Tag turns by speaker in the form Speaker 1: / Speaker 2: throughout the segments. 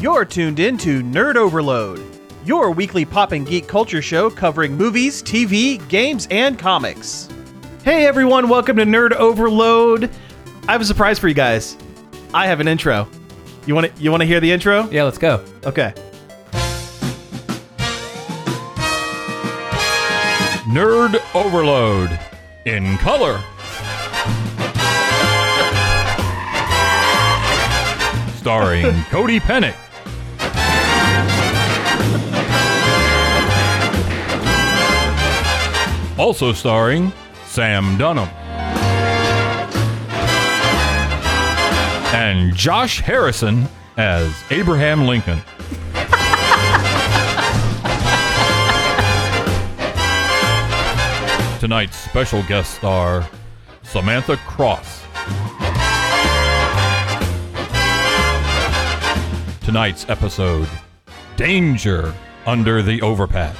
Speaker 1: You're tuned in to Nerd Overload, your weekly pop and geek culture show covering movies, TV, games, and comics. Hey everyone, welcome to Nerd Overload. I have a surprise for you guys. I have an intro. You want to you want to hear the intro?
Speaker 2: Yeah, let's go.
Speaker 1: Okay.
Speaker 3: Nerd Overload in color. Starring Cody Pennick. Also starring Sam Dunham. And Josh Harrison as Abraham Lincoln. Tonight's special guest star, Samantha Cross. Tonight's episode, Danger Under the Overpass.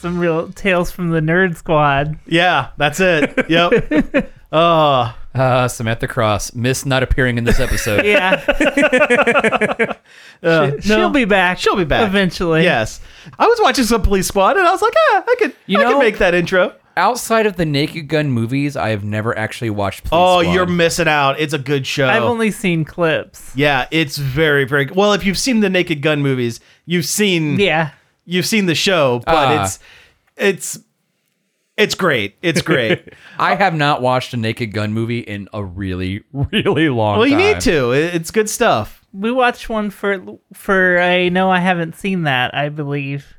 Speaker 4: some real tales from the nerd squad.
Speaker 1: Yeah, that's it. Yep. Uh,
Speaker 2: Uh, Samantha Cross, Miss not appearing in this episode.
Speaker 4: Yeah,
Speaker 1: uh,
Speaker 4: she'll
Speaker 1: no.
Speaker 4: be back.
Speaker 1: She'll be back
Speaker 4: eventually.
Speaker 1: Yes. I was watching some Police Squad and I was like, ah, I could
Speaker 2: You
Speaker 1: I could
Speaker 2: know-
Speaker 1: make that intro.
Speaker 2: Outside of the Naked Gun movies, I have never actually watched. Police
Speaker 1: Oh,
Speaker 2: Squad.
Speaker 1: you're missing out. It's a good show.
Speaker 4: I've only seen clips.
Speaker 1: Yeah, it's very very good. well. If you've seen the Naked Gun movies, you've seen
Speaker 4: Yeah,
Speaker 1: you've seen the show, but
Speaker 2: Ah.
Speaker 1: it's it's it's great. It's great.
Speaker 2: I have not watched a Naked Gun movie in a really, really long.
Speaker 1: well, you
Speaker 2: time.
Speaker 1: need to. It- It's good stuff.
Speaker 4: we watched one for for I know I haven't seen that. I believe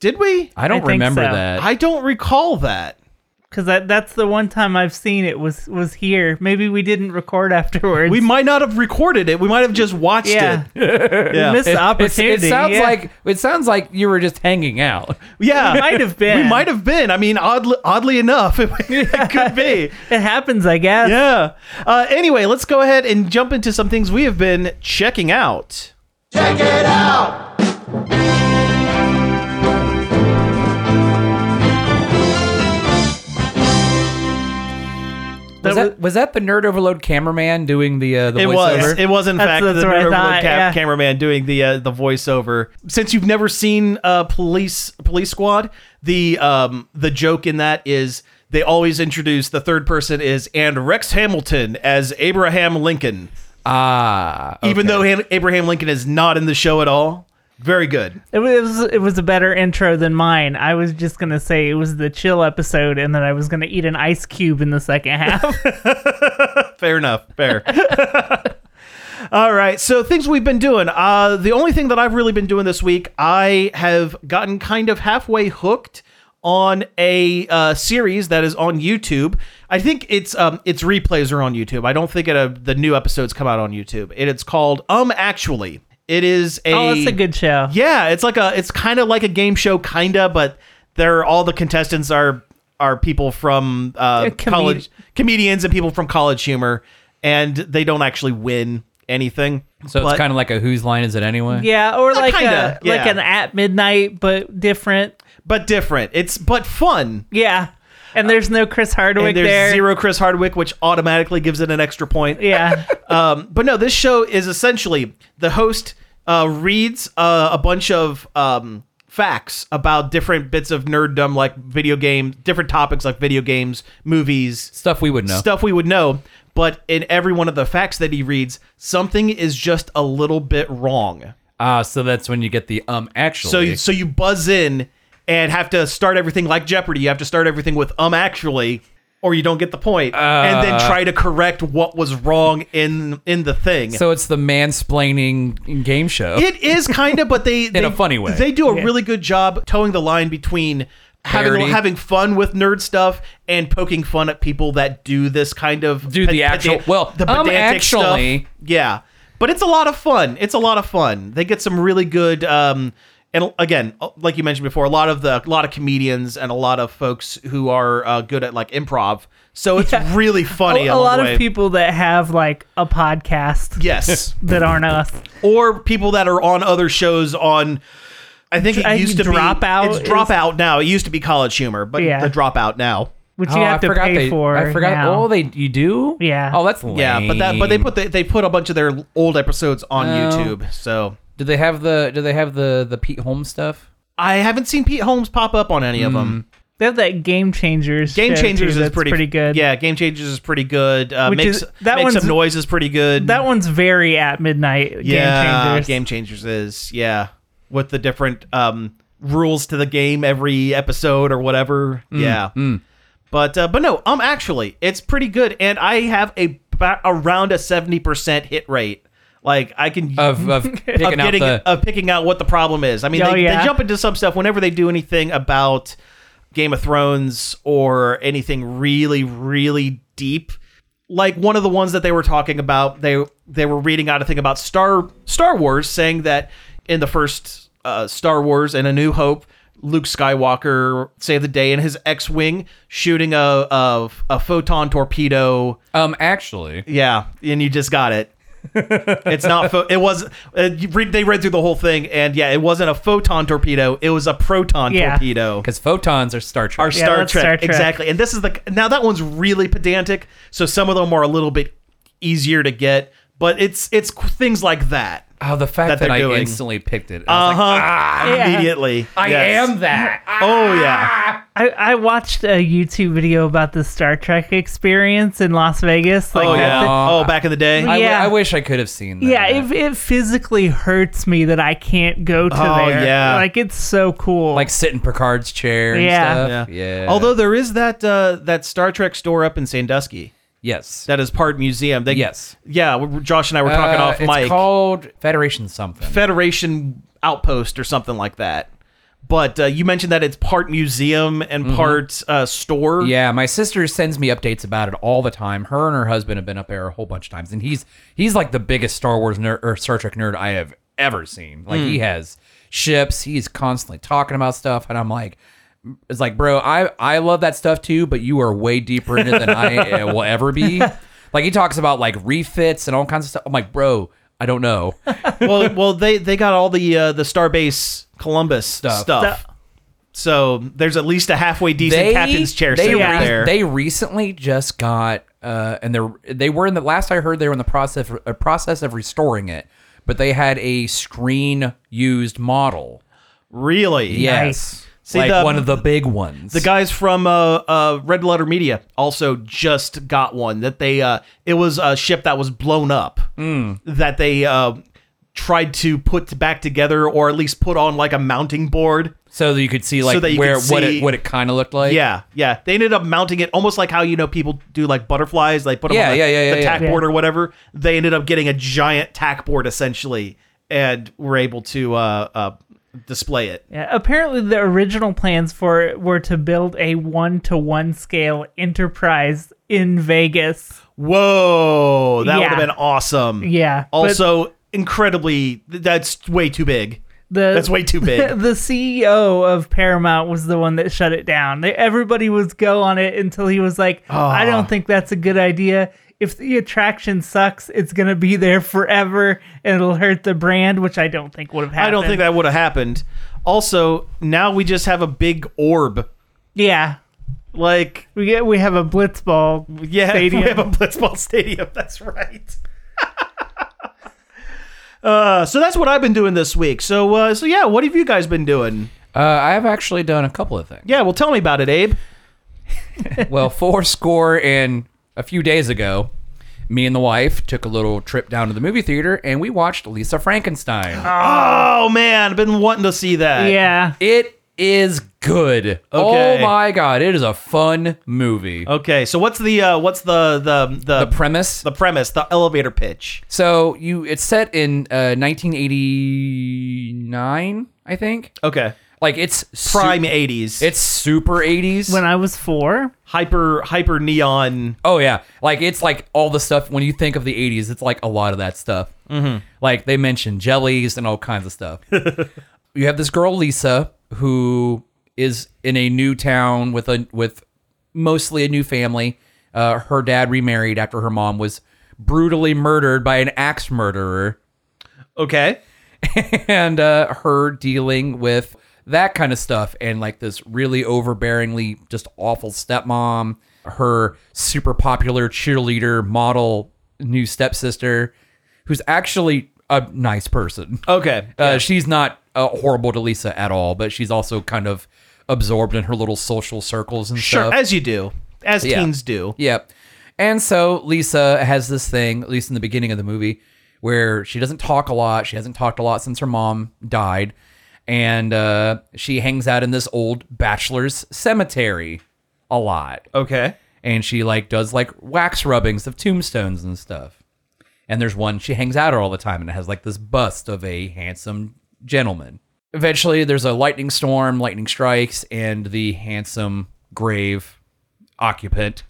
Speaker 1: Did we?
Speaker 2: I don't
Speaker 4: I think
Speaker 2: remember
Speaker 4: so.
Speaker 2: that.
Speaker 1: I don't recall that.
Speaker 4: because that that's the one time I've seen it was was here. Maybe we didn't record afterwards.
Speaker 1: We might not have recorded it. We might have just watched
Speaker 4: Yeah.
Speaker 1: it. Yeah.
Speaker 4: missed the
Speaker 2: It's-
Speaker 4: opportunity.
Speaker 2: it sounds
Speaker 4: yeah.
Speaker 2: like it sounds like you were just hanging out.
Speaker 1: yeah.
Speaker 4: We might have been.
Speaker 1: We might have been. I mean, oddly, oddly enough, it, could be.
Speaker 4: it happens. I guess.
Speaker 1: Yeah. Uh, anyway, let's go ahead and jump into some things we have been checking out.
Speaker 2: Was that, was that the nerd overload cameraman doing the uh, the
Speaker 1: It
Speaker 2: voiceover?
Speaker 1: was. It was in
Speaker 4: That's-
Speaker 1: fact
Speaker 4: that's
Speaker 1: the
Speaker 4: what I
Speaker 1: nerd
Speaker 4: thought,
Speaker 1: overload
Speaker 4: yeah.
Speaker 1: cameraman doing the uh, the voiceover. Since you've never seen uh, police police squad, the um the joke in that is they always introduce the third person is and Rex Hamilton as Abraham Lincoln,
Speaker 2: ah, okay.
Speaker 1: even though Han- Abraham Lincoln is not in the show at all. Very good.
Speaker 4: It was it was a better intro than mine. I was just gonna say it was the chill episode, and then I was gonna eat an ice cube in the second half.
Speaker 1: Fair enough. Fair. All right. So things we've been doing. Uh, the only thing that I've really been doing this week, I have gotten kind of halfway hooked on a uh, series that is on YouTube. I think it's um, its replays are on YouTube. I don't think it uh, the new episodes come out on YouTube. And it's called Um Actually. It is a
Speaker 4: oh, that's a good show.
Speaker 1: yeah, it's like a it's kind of like a game show, kinda, but they're all the contestants are are people from uh,
Speaker 4: They're comed-
Speaker 1: college comedians and people from College Humor, and they don't actually win anything.
Speaker 2: so it's kind of like a whose line is it anyway?
Speaker 4: Yeah, or like
Speaker 1: Uh, kinda,
Speaker 4: a, like
Speaker 1: yeah.
Speaker 4: an at midnight but different.
Speaker 1: but different. It's but fun.
Speaker 4: Yeah, and there's no Chris Hardwick
Speaker 1: And there's
Speaker 4: there.
Speaker 1: zero Chris Hardwick, which automatically gives it an extra point.
Speaker 4: Yeah,
Speaker 1: Um, but no, this show is essentially the host uh, reads uh, a bunch of um, facts about different bits of nerddom, like video games, different topics like video games, movies,
Speaker 2: Stuff we would know.
Speaker 1: stuff we would know. But in every one of the facts that he reads, something is just a little bit wrong.
Speaker 2: Ah, so that's when you get the um actually.
Speaker 1: So you, so you buzz in and have to start everything like Jeopardy. You have to start everything with um actually, or you don't get the point, and
Speaker 2: Uh.
Speaker 1: then try to correct what was wrong in in the thing.
Speaker 2: So it's the mansplaining game show.
Speaker 1: It is kind of, but they in they,
Speaker 2: a funny way.
Speaker 1: They do a really good job towing the line between having
Speaker 2: Parody.
Speaker 1: having fun with nerd stuff and poking fun at people that do this kind of
Speaker 2: Do the actual- well, um,
Speaker 1: pedantic stuff.
Speaker 2: actually-
Speaker 1: yeah. But it's a lot of fun. It's a lot of fun. They get some really good. Um, and again, like you mentioned before, a lot of the a lot of comedians and a lot of folks who are uh, good at like improv. So it's really funny.
Speaker 4: a, a
Speaker 1: along the
Speaker 4: lot
Speaker 1: way.
Speaker 4: of people that have like a podcast
Speaker 1: Yes.
Speaker 4: that aren't us.
Speaker 1: or people that are on other shows on I think it
Speaker 4: I-
Speaker 1: used to be
Speaker 4: Dropout
Speaker 1: It's
Speaker 4: is-
Speaker 1: dropout now. It used to be College Humor, but
Speaker 4: Yeah.
Speaker 1: the dropout now.
Speaker 4: which
Speaker 2: Oh,
Speaker 4: you
Speaker 2: I
Speaker 4: have to
Speaker 2: forgot
Speaker 4: pay
Speaker 2: they,
Speaker 4: for.
Speaker 2: I forgot.
Speaker 4: now.
Speaker 2: Oh, they you do?
Speaker 4: Yeah.
Speaker 2: Oh, that's lame.
Speaker 1: Yeah, but that but they put the, they put a bunch of their old episodes on
Speaker 4: Oh.
Speaker 2: No.
Speaker 1: YouTube. So
Speaker 2: do they have the do they have the the Pete Holmes stuff?
Speaker 1: I haven't seen Pete Holmes pop up on any of them.
Speaker 4: They have that Game Changers.
Speaker 1: Game
Speaker 4: show,
Speaker 1: Changers
Speaker 4: too,
Speaker 1: is
Speaker 4: that's
Speaker 1: pretty,
Speaker 4: good.
Speaker 1: Yeah, Game Changers is pretty good. Uh,
Speaker 4: Which
Speaker 1: makes
Speaker 4: is- that
Speaker 1: makes
Speaker 4: one's-
Speaker 1: some noise is pretty good.
Speaker 4: That one's very at midnight.
Speaker 1: yeah,
Speaker 4: Game Changers.
Speaker 1: Game Changers is yeah with the different um, rules to the game every episode or whatever. yeah, but uh, but no, um, actually, it's pretty good, and I have a ba- around a seventy percent hit rate. Like I can
Speaker 2: Of of picking
Speaker 1: of
Speaker 2: out
Speaker 1: getting
Speaker 2: the
Speaker 1: of picking out what the problem is. I mean,
Speaker 4: Oh,
Speaker 1: they,
Speaker 4: yeah.
Speaker 1: they jump into some stuff whenever they do anything about Game of Thrones or anything really, really deep. Like one of the ones that they were talking about, they they were reading out a thing about Star Star Wars, saying that in the first uh, Star Wars and A New Hope, Luke Skywalker saved the day in his X-wing, shooting a a, a photon torpedo
Speaker 2: um actually
Speaker 1: yeah, and you just got it. it's not. Pho- it was. Uh, you read, they read through the whole thing, and yeah, it wasn't a photon torpedo. It was a proton
Speaker 4: Yeah.
Speaker 1: torpedo.
Speaker 2: because photons are Star Trek.
Speaker 1: Our Star,
Speaker 4: that's
Speaker 1: Trek,
Speaker 4: Star Trek.
Speaker 1: exactly. And this is the now that one's really pedantic. So some of them are a little bit easier to get, but it's it's things like that
Speaker 2: oh, the fact
Speaker 1: that
Speaker 2: that,
Speaker 1: they're
Speaker 2: I
Speaker 1: doing.
Speaker 2: instantly picked it.
Speaker 1: uh
Speaker 2: I was
Speaker 1: huh
Speaker 2: like,
Speaker 4: Yeah.
Speaker 1: immediately.
Speaker 2: I
Speaker 1: Yes.
Speaker 2: am that.
Speaker 1: Oh yeah.
Speaker 4: I, I watched a YouTube video about the Star Trek experience in Las Vegas. Like
Speaker 1: Oh
Speaker 4: that's
Speaker 1: yeah.
Speaker 4: a-
Speaker 1: Oh, back in the day.
Speaker 2: I, w-
Speaker 4: Yeah.
Speaker 2: I wish I could have seen that.
Speaker 4: yeah, it, it physically hurts me that I can't go to
Speaker 1: Oh,
Speaker 4: there.
Speaker 1: yeah.
Speaker 4: Like it's so cool.
Speaker 2: like sit in Picard's chair and
Speaker 4: Yeah.
Speaker 2: stuff. Yeah.
Speaker 1: Although there is that uh, that Star Trek store up in Sandusky
Speaker 2: yes.
Speaker 1: that is part museum. They,
Speaker 2: Yes.
Speaker 1: Yeah, we- Josh and I were talking
Speaker 2: Uh,
Speaker 1: off
Speaker 2: it's
Speaker 1: mic.
Speaker 2: called Federation something.
Speaker 1: Federation outpost or something like that. But uh, you mentioned that it's part museum and part uh, store.
Speaker 2: Mm-hmm. Yeah, my sister sends me updates about it all the time. Her and her husband have been up there a whole bunch of times, and he's he's like the biggest Star Wars nerd or Star Trek nerd I have ever seen. Like he has ships, he's constantly talking about stuff, and I'm like, it's like, bro, I I love that stuff too, but you are way deeper in it than I uh, will ever be. Like he talks about like refits and all kinds of stuff. I'm like, bro, I don't know.
Speaker 1: well, well, they they got all the uh, the Starbase Columbus stuff. So there's at least a halfway decent captain's chair
Speaker 2: they
Speaker 1: sitting
Speaker 2: re-
Speaker 1: there.
Speaker 2: They recently just got, uh, and they're they were in the last I heard they were in the process uh, process of restoring it, but they had a screen used model.
Speaker 1: really?
Speaker 2: Yes,
Speaker 1: See,
Speaker 2: like
Speaker 1: the-
Speaker 2: one of the big ones.
Speaker 1: The guys from uh, uh, Red Letter Media also just got one that they uh, it was a ship that was blown up
Speaker 2: Mm.
Speaker 1: that they uh, tried to put back together or at least put on like a mounting board.
Speaker 2: so that you could see like
Speaker 1: that you
Speaker 2: where
Speaker 1: could
Speaker 2: what
Speaker 1: see-
Speaker 2: it what it kind of looked like.
Speaker 1: Yeah, yeah. They ended up mounting it almost like how you know people do like butterflies. They put them
Speaker 2: Yeah,
Speaker 1: on the,
Speaker 2: yeah, yeah,
Speaker 1: the
Speaker 2: yeah,
Speaker 1: tack
Speaker 2: yeah.
Speaker 1: board or whatever. They ended up getting a giant tack board essentially, and were able to uh, uh, display it.
Speaker 4: Yeah, apparently the original plans for it were to build a one to one scale enterprise in Vegas.
Speaker 1: Whoa, that would
Speaker 4: Yeah.
Speaker 1: have been awesome.
Speaker 4: Yeah, but-
Speaker 1: Also, incredibly, th- that's way too big.
Speaker 4: The,
Speaker 1: That's way too big.
Speaker 4: The CEO of Paramount was the one that shut it down. They, everybody was go on it until he was like, "I
Speaker 1: Ah.
Speaker 4: don't think that's a good idea. If the attraction sucks, it's gonna be there forever, and it'll hurt the brand." Which I don't think would have happened.
Speaker 1: I don't think that would have happened. Also, now we just have a big orb.
Speaker 4: Yeah,
Speaker 1: Like,
Speaker 4: we get we have a blitzball.
Speaker 1: yeah,
Speaker 4: Stadium.
Speaker 1: we have a blitzball stadium. That's right. uh, so that's what I've been doing this week. So, uh, so yeah, what have you guys been doing?
Speaker 2: uh, I have actually done a couple of things.
Speaker 1: Yeah, well, tell me about it, Abe.
Speaker 2: well, four score and a few days ago. Me and the wife took a little trip down to the movie theater and we watched Lisa Frankenstein.
Speaker 1: Oh man, I've been wanting to see that.
Speaker 4: Yeah,
Speaker 2: It is good. Oh
Speaker 1: Okay.
Speaker 2: my god, it is a fun movie.
Speaker 1: Okay, so what's the uh, what's the the the,
Speaker 2: The premise.
Speaker 1: the premise, the elevator pitch?
Speaker 2: so you, it's set in uh, 1989, I think.
Speaker 1: Okay,
Speaker 2: Like it's su-
Speaker 1: prime '80s.
Speaker 2: It's super 80s.
Speaker 4: when I was four.
Speaker 1: hyper hyper neon.
Speaker 2: oh yeah, like it's like all the stuff when you think of the 80s. It's like a lot of that stuff. Mm-hmm. Like they mentioned jellies and all kinds of stuff. you have this girl Lisa who is in a new town with a with mostly a new family. Uh, her dad remarried after her mom was brutally murdered by an axe murderer,
Speaker 1: Okay.
Speaker 2: and uh, her dealing with that kind of stuff, and like this really overbearingly just awful stepmom, her super popular cheerleader model new stepsister, who's actually a nice person.
Speaker 1: Okay.
Speaker 2: Uh, She's not uh, horrible to Lisa at all, but she's also kind of absorbed in her little social circles and
Speaker 1: Sure,
Speaker 2: stuff.
Speaker 1: as you do, as
Speaker 2: Yeah.
Speaker 1: teens do.
Speaker 2: Yep. And so Lisa has this thing, at least in the beginning of the movie, where she doesn't talk a lot. She hasn't talked a lot since her mom died. And uh, she hangs out in this old bachelor's cemetery a lot.
Speaker 1: Okay.
Speaker 2: And she like does like wax rubbings of tombstones and stuff. And there's one she hangs out at all the time and it has like this bust of a handsome gentleman. Eventually there's a lightning storm, lightning strikes, and the handsome grave occupant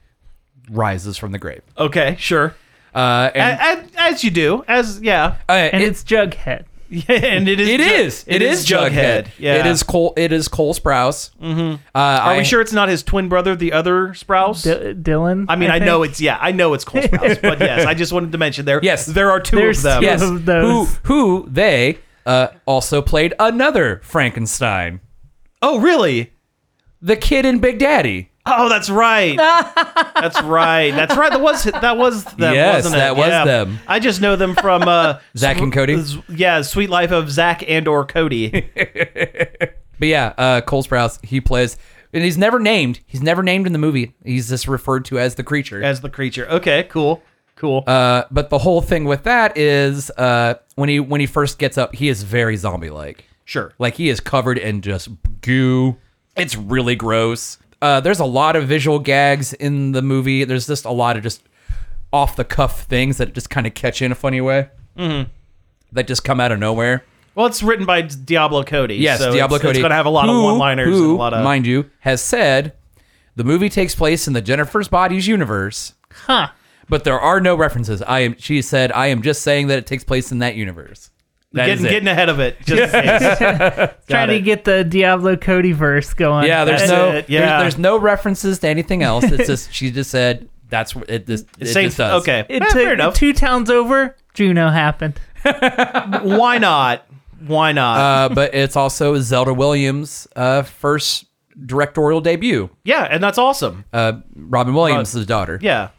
Speaker 2: rises from the grave.
Speaker 1: Okay. Sure.
Speaker 2: Uh,
Speaker 1: A-
Speaker 2: and
Speaker 1: a- as you do. As yeah.
Speaker 2: uh,
Speaker 4: and
Speaker 2: it-
Speaker 4: it's Jughead.
Speaker 1: and it is.
Speaker 2: it
Speaker 1: Ju-
Speaker 2: is. It is Jughead.
Speaker 1: Yeah.
Speaker 2: It is Cole. It is Cole Sprouse. Mm-hmm. Uh,
Speaker 1: Are we sure it's not his twin brother, the other Sprouse?
Speaker 4: D- Dylan.
Speaker 1: I mean, I,
Speaker 4: think.
Speaker 1: know it's yeah, I know it's Cole Sprouse, but yes, I just wanted to mention there.
Speaker 2: Yes.
Speaker 1: there are two
Speaker 4: There's
Speaker 1: of them.
Speaker 4: two.
Speaker 2: Yes.
Speaker 4: of those.
Speaker 2: Who? Who? They uh, also played another Frankenstein,
Speaker 1: Oh, really?
Speaker 2: the kid in Big Daddy.
Speaker 1: Oh, that's right. that's right. That's right. That was that was them.
Speaker 2: Yes,
Speaker 1: wasn't it?
Speaker 2: that was
Speaker 1: Yeah.
Speaker 2: them.
Speaker 1: I just know them from uh,
Speaker 2: Zach and Cody?
Speaker 1: Z- Yeah, Sweet Life of Zach and or Cody.
Speaker 2: But yeah, uh, Cole Sprouse. He plays, and he's never named. He's never named in the movie. He's just referred to as the creature.
Speaker 1: as the creature. Okay, cool, cool.
Speaker 2: Uh, but the whole thing with that is uh, when he when he first gets up, he is very zombie like.
Speaker 1: sure.
Speaker 2: Like he is covered in just goo. It's really gross. Uh, there's a lot of visual gags in the movie. There's just a lot of just off the cuff things that just kind of catch you in a funny way. Mm-hmm. That just come out of nowhere.
Speaker 1: Well, it's written by Diablo Cody.
Speaker 2: Yes,
Speaker 1: so
Speaker 2: Diablo
Speaker 1: it's,
Speaker 2: Cody.
Speaker 1: It's gonna have a lot
Speaker 2: who-
Speaker 1: of one-liners
Speaker 2: who,
Speaker 1: and a lot of.
Speaker 2: mind you, has said the movie takes place in the Jennifer's Bodies universe,
Speaker 4: Huh.
Speaker 2: but there are no references. I am. She said, "I am just saying that it takes place in that universe." That is
Speaker 1: getting
Speaker 2: it.
Speaker 1: getting ahead of it. Just it's-
Speaker 4: Trying
Speaker 1: it.
Speaker 4: to get the Diablo Cody verse going.
Speaker 2: Yeah, there's
Speaker 1: That's
Speaker 2: no
Speaker 1: it, yeah.
Speaker 2: There's, there's no references to anything else. It's just she just said that's what it this it
Speaker 1: Same-
Speaker 2: just does.
Speaker 1: Okay,
Speaker 4: It
Speaker 1: Eh,
Speaker 4: took
Speaker 1: fair enough.
Speaker 4: two towns over. Juno happened.
Speaker 1: Why not? Why not?
Speaker 2: Uh, but it's also Zelda Williams' uh, first directorial debut.
Speaker 1: yeah, and that's awesome.
Speaker 2: Uh, Robin Williams' daughter.
Speaker 1: yeah.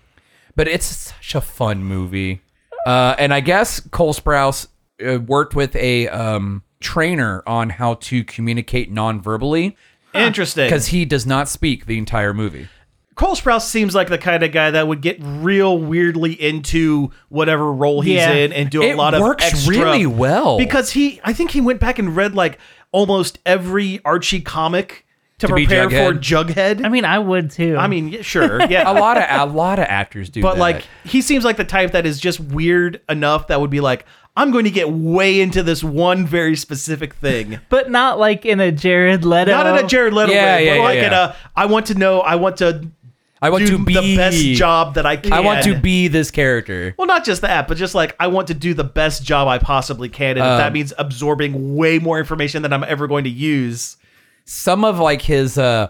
Speaker 2: But it's such a fun movie. Uh, and I guess Cole Sprouse uh, worked with a um, trainer on how to communicate non-verbally
Speaker 1: Interesting.
Speaker 2: because uh, he does not speak the entire movie.
Speaker 1: Cole Sprouse seems like the kind of guy that would get real weirdly into whatever role he's
Speaker 4: Yeah.
Speaker 1: in and do a
Speaker 2: It
Speaker 1: lot of
Speaker 2: works
Speaker 1: extra-
Speaker 2: really well.
Speaker 1: because he I think he went back and read like almost every Archie comic to,
Speaker 2: To be
Speaker 1: prepare for Jughead.
Speaker 4: I mean, I would too.
Speaker 1: I mean, yeah, sure,
Speaker 2: A
Speaker 1: yeah.
Speaker 2: lot of a lot of actors do,
Speaker 1: but
Speaker 2: that.
Speaker 1: like he seems like the type that is just weird enough that would be like I'm going to get way into this one very specific thing.
Speaker 4: but not like in a Jared Leto.
Speaker 1: Not in a Jared Leto
Speaker 2: Yeah,
Speaker 1: way,
Speaker 2: yeah,
Speaker 1: but
Speaker 2: yeah,
Speaker 1: like in
Speaker 2: yeah.
Speaker 1: a I want to know, I want to
Speaker 2: I want
Speaker 1: do
Speaker 2: to be
Speaker 1: the best job that I can.
Speaker 2: I want to be this character.
Speaker 1: Well, not just that, but just like I want to do the best job I possibly can, and
Speaker 2: Um,
Speaker 1: if that means absorbing way more information than I'm ever going to use.
Speaker 2: Some of like his uh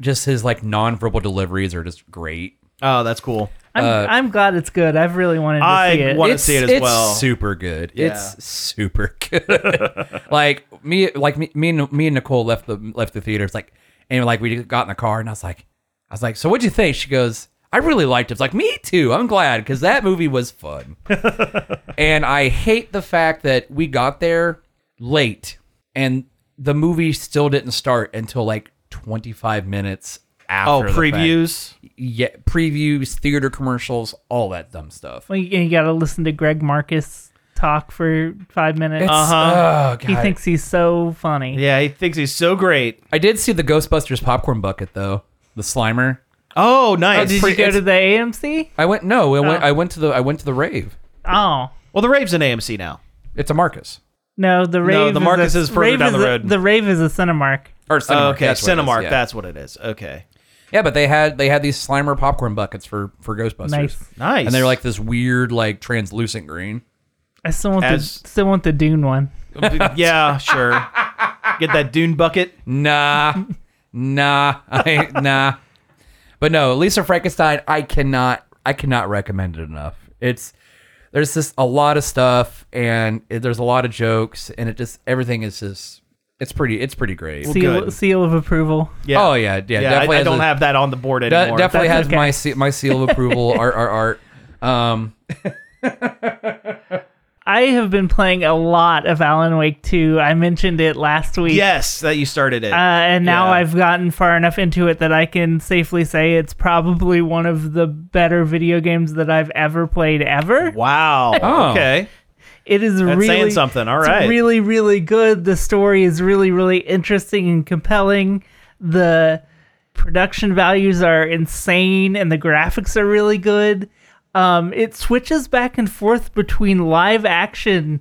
Speaker 2: just his like nonverbal deliveries are just great.
Speaker 1: Oh, that's cool.
Speaker 4: I'm,
Speaker 2: Uh,
Speaker 4: I'm glad it's good. I've really wanted to
Speaker 1: I
Speaker 4: see it.
Speaker 1: want- Wanna see it as
Speaker 2: it's
Speaker 1: well.
Speaker 2: super good.
Speaker 1: Yeah.
Speaker 2: It's super good. like me like me me and, me and Nicole left the left the theater. It's like and like we got in the car and I was like I was like, "So what'd you think?" She goes, "I really liked it." It's like, "Me too. I'm glad cuz that movie was fun." and I hate the fact that we got there late and the movie still didn't start until like 25 minutes
Speaker 1: Oh,
Speaker 2: after the fact.
Speaker 1: previews.
Speaker 2: yeah, previews, theater commercials, all that dumb stuff.
Speaker 4: Well, you, you got to listen to Greg Marcus talk for five minutes.
Speaker 2: It's-
Speaker 1: Uh-huh.
Speaker 2: oh,
Speaker 4: he
Speaker 2: God.
Speaker 4: thinks he's so funny.
Speaker 1: Yeah, he thinks he's so great.
Speaker 2: I did see the Ghostbusters popcorn bucket though, the Slimer.
Speaker 1: Oh, nice.
Speaker 4: Did you go to the AMC?
Speaker 2: I went no, I went
Speaker 1: Oh.
Speaker 2: I went to the I went to the rave.
Speaker 4: Oh.
Speaker 1: well, the Rave's in AMC now.
Speaker 2: It's a Marcus
Speaker 4: No, the rave.
Speaker 1: the
Speaker 4: is
Speaker 1: Marcus
Speaker 4: a,
Speaker 1: is further
Speaker 4: rave
Speaker 1: down
Speaker 4: is
Speaker 1: the
Speaker 4: a-
Speaker 1: road.
Speaker 4: the rave is a Cinemark.
Speaker 2: or Cinemark.
Speaker 1: Oh, okay,
Speaker 2: that's what it is,
Speaker 1: Cinemark.
Speaker 2: yeah.
Speaker 1: That's what it is. Okay,
Speaker 2: yeah, but they had they had these Slimer popcorn buckets for for Ghostbusters.
Speaker 4: Nice.
Speaker 1: nice.
Speaker 2: And they're like this weird like translucent green.
Speaker 4: I still want
Speaker 1: As-
Speaker 4: the still want the Dune one.
Speaker 1: yeah, sure. Get that Dune bucket.
Speaker 2: Nah, nah, I, nah. But no, Lisa Frankenstein. I cannot, I cannot recommend it enough. It's there's just a lot of stuff, and it, there's a lot of jokes, and it just everything is just It's pretty. It's pretty great.
Speaker 4: seal,
Speaker 1: good.
Speaker 4: seal of approval.
Speaker 1: Yeah.
Speaker 2: Oh yeah,
Speaker 1: yeah,
Speaker 2: yeah.
Speaker 1: I, I
Speaker 2: definitely has
Speaker 1: don't
Speaker 2: a-
Speaker 1: have that on the board
Speaker 2: de-
Speaker 1: anymore.
Speaker 2: definitely
Speaker 4: That's
Speaker 2: has
Speaker 4: okay.
Speaker 2: my se- my seal of approval. art, art, art. Um,
Speaker 4: I have been playing a lot of Alan Wake 2. I mentioned it last week.
Speaker 1: yes, that you started it.
Speaker 4: Uh, and now
Speaker 1: Yeah.
Speaker 4: I've gotten far enough into it that I can safely say it's probably one of the better video games that I've ever played ever.
Speaker 1: wow.
Speaker 2: Oh.
Speaker 1: Okay.
Speaker 4: It is
Speaker 1: That's
Speaker 4: really
Speaker 1: saying something. All
Speaker 4: it's
Speaker 1: right.
Speaker 4: really really good. The story is really really interesting and compelling. The production values are insane, and the graphics are really good. Um, it switches back and forth between live action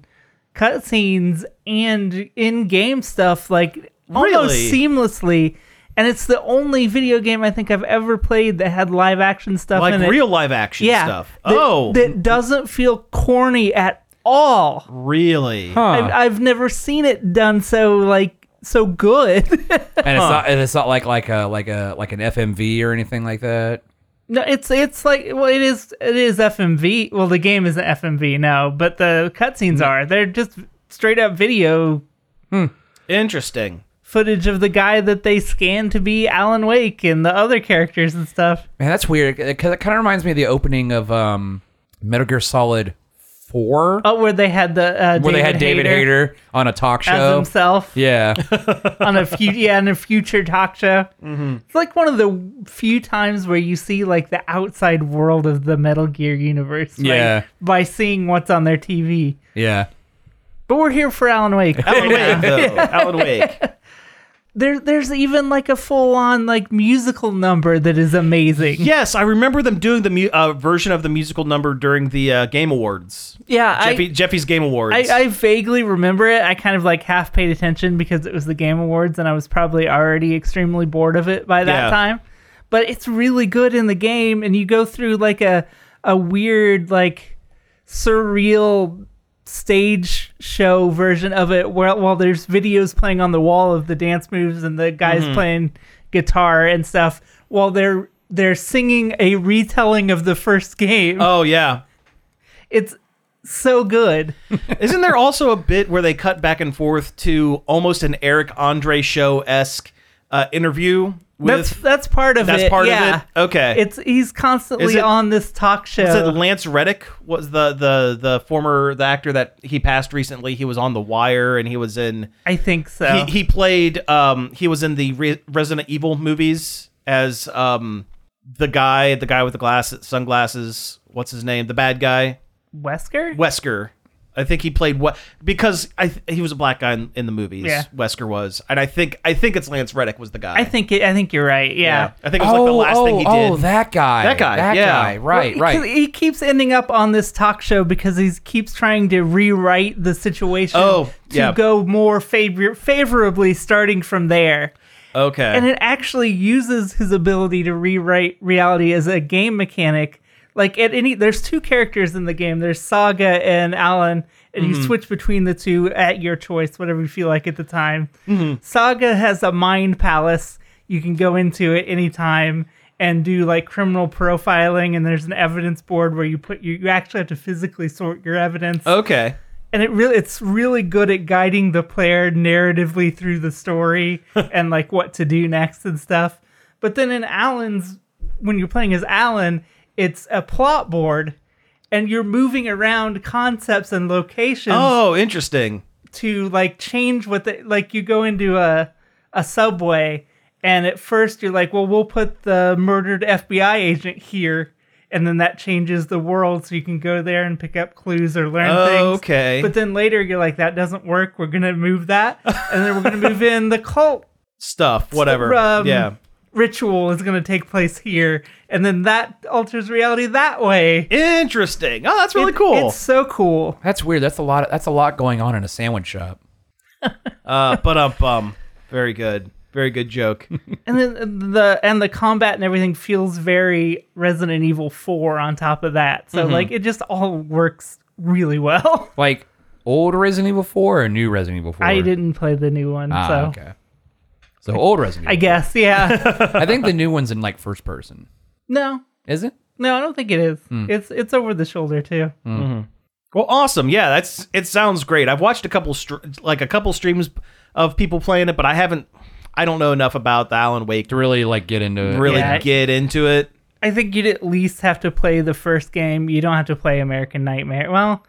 Speaker 4: cutscenes and in-game stuff like almost
Speaker 1: Really?
Speaker 4: seamlessly. And it's the only video game I think I've ever played that had live action stuff
Speaker 1: like
Speaker 4: in it.
Speaker 1: real live action
Speaker 4: yeah,
Speaker 1: stuff.
Speaker 4: that-
Speaker 1: oh,
Speaker 4: that doesn't feel corny at all.
Speaker 1: really?
Speaker 2: huh.
Speaker 4: I've, I've never seen it done so like so good.
Speaker 2: and it's not. And it's not like like a like a like an FMV or anything like that.
Speaker 4: no, it's it's like well, it is it is FMV. Well, the game isn't FMV no, but the cutscenes
Speaker 2: Mm.
Speaker 4: are. They're just straight up video
Speaker 1: Interesting.
Speaker 4: footage of the guy that they scanned to be Alan Wake and the other characters and stuff.
Speaker 2: Man, that's weird. Because it kind of reminds me of the opening of um, Metal Gear Solid Four,
Speaker 4: Oh, where they had the uh,
Speaker 2: where they had David
Speaker 4: Hayter
Speaker 2: Hayter on a talk
Speaker 4: as
Speaker 2: show.
Speaker 4: himself
Speaker 2: Yeah.
Speaker 4: on a few yeah on a future talk show. It's like one of the few times where you see like the outside world of the Metal Gear universe. like,
Speaker 2: Yeah.
Speaker 4: by seeing what's on their TV.
Speaker 2: Yeah.
Speaker 4: But we're here for Alan Wake.
Speaker 1: Alan Wake, though. Alan Wake.
Speaker 4: there, there's even like a full on like musical number that is amazing.
Speaker 1: Yes, I remember them doing the mu- uh, version of the musical number during the uh, Game Awards.
Speaker 4: yeah.
Speaker 1: Jeffy,
Speaker 4: I,
Speaker 1: Jeffy's Game Awards.
Speaker 4: I, I vaguely remember it. I kind of like half paid attention because it was the Game Awards and I was probably already extremely bored of it by that
Speaker 1: Yeah.
Speaker 4: time. But it's really good in the game and you go through like a a weird like surreal stage show version of it while while there's videos playing on the wall of the dance moves and the guys
Speaker 1: Mm-hmm.
Speaker 4: playing guitar and stuff while they're they're singing a retelling of the first game.
Speaker 1: oh yeah.
Speaker 4: It's so good.
Speaker 1: Isn't there also a bit where they cut back and forth to almost an Eric Andre show esque uh, interview with?
Speaker 4: That's that's part of it.
Speaker 1: that's part of
Speaker 4: yeah.
Speaker 1: it? Okay.
Speaker 4: It's uh, he's
Speaker 1: Is
Speaker 4: constantly
Speaker 1: it-
Speaker 4: on this talk
Speaker 1: Is it
Speaker 4: show.
Speaker 1: Lance Reddick was the, the the former the actor that he passed recently? He was on The Wire and he was in
Speaker 4: I think so.
Speaker 1: he, he played um he was in the Re- Resident Evil movies as um the guy the guy with the glass sunglasses what's his name the bad guy
Speaker 4: Wesker?
Speaker 1: Wesker. I think he played what because I th- he was a black guy in, in the movies.
Speaker 4: Yeah.
Speaker 1: Wesker was, and I think I think it's Lance Reddick was the guy.
Speaker 4: I think it, I think you're right. Yeah.
Speaker 1: I think it was like the last thing he did.
Speaker 2: oh, that guy.
Speaker 1: That guy,
Speaker 2: That
Speaker 1: yeah.
Speaker 2: guy. Right,
Speaker 4: Well, he-
Speaker 2: right.
Speaker 4: He keeps ending up on this talk show because he keeps trying to rewrite the situation
Speaker 1: Oh,
Speaker 4: to
Speaker 1: yeah.
Speaker 4: go more favor- favorably starting from there.
Speaker 1: okay,
Speaker 4: and it actually uses his ability to rewrite reality as a game mechanic. Like at any, there's two characters in the game. There's Saga and Alan, and you switch between the two at your choice, whatever you feel like at the time. Saga has a mind palace. You can go into it anytime and do like criminal profiling, and there's an evidence board where you put you, you actually have to physically sort your evidence
Speaker 1: okay,
Speaker 4: and it really it's really good at guiding the player narratively through the story and like what to do next and stuff. But then in Alan's when you're playing as Alan, it's a plot board and you're moving around concepts and locations
Speaker 1: oh, interesting.
Speaker 4: to like change what the like you go into a a subway and at first you're like, well, we'll put the murdered FBI agent here. And then that changes the world, so you can go there and pick up clues or learn things.
Speaker 1: Oh, okay.
Speaker 4: But then later you're like, that doesn't work. We're gonna move that, and then we're gonna move in the cult
Speaker 1: Stuff, whatever.
Speaker 4: um,
Speaker 1: yeah,
Speaker 4: ritual is gonna take place here, and then that alters reality that way.
Speaker 1: interesting. Oh, that's really
Speaker 4: It-
Speaker 1: cool.
Speaker 4: It's so cool.
Speaker 2: That's weird. That's a lot. that's a lot going on in a sandwich shop.
Speaker 1: Uh, but um, bum. very good, very good joke.
Speaker 4: And then the and the combat and everything feels very Resident Evil 4 on top of that. So
Speaker 2: Mm-hmm.
Speaker 4: like it just all works really well.
Speaker 2: Like old Resident Evil Four or new Resident Evil Four.
Speaker 4: I didn't play the new one,
Speaker 2: Ah,
Speaker 4: so
Speaker 2: okay. So old Resident.
Speaker 4: I
Speaker 2: Evil.
Speaker 4: guess yeah.
Speaker 2: I think the new one's in like first person.
Speaker 4: no.
Speaker 2: Is it?
Speaker 4: No, I don't think it is.
Speaker 2: Hmm.
Speaker 4: It's it's over the shoulder too.
Speaker 1: well, awesome. Yeah, that's it. Sounds great. I've watched a couple str- like a couple streams of people playing it, but I haven't. I don't know enough about the Alan Wake
Speaker 2: to
Speaker 1: to
Speaker 2: really like get into it.
Speaker 1: really
Speaker 4: Yeah.
Speaker 1: get into it.
Speaker 4: I think you'd at least have to play the first game. You don't have to play American Nightmare. Well,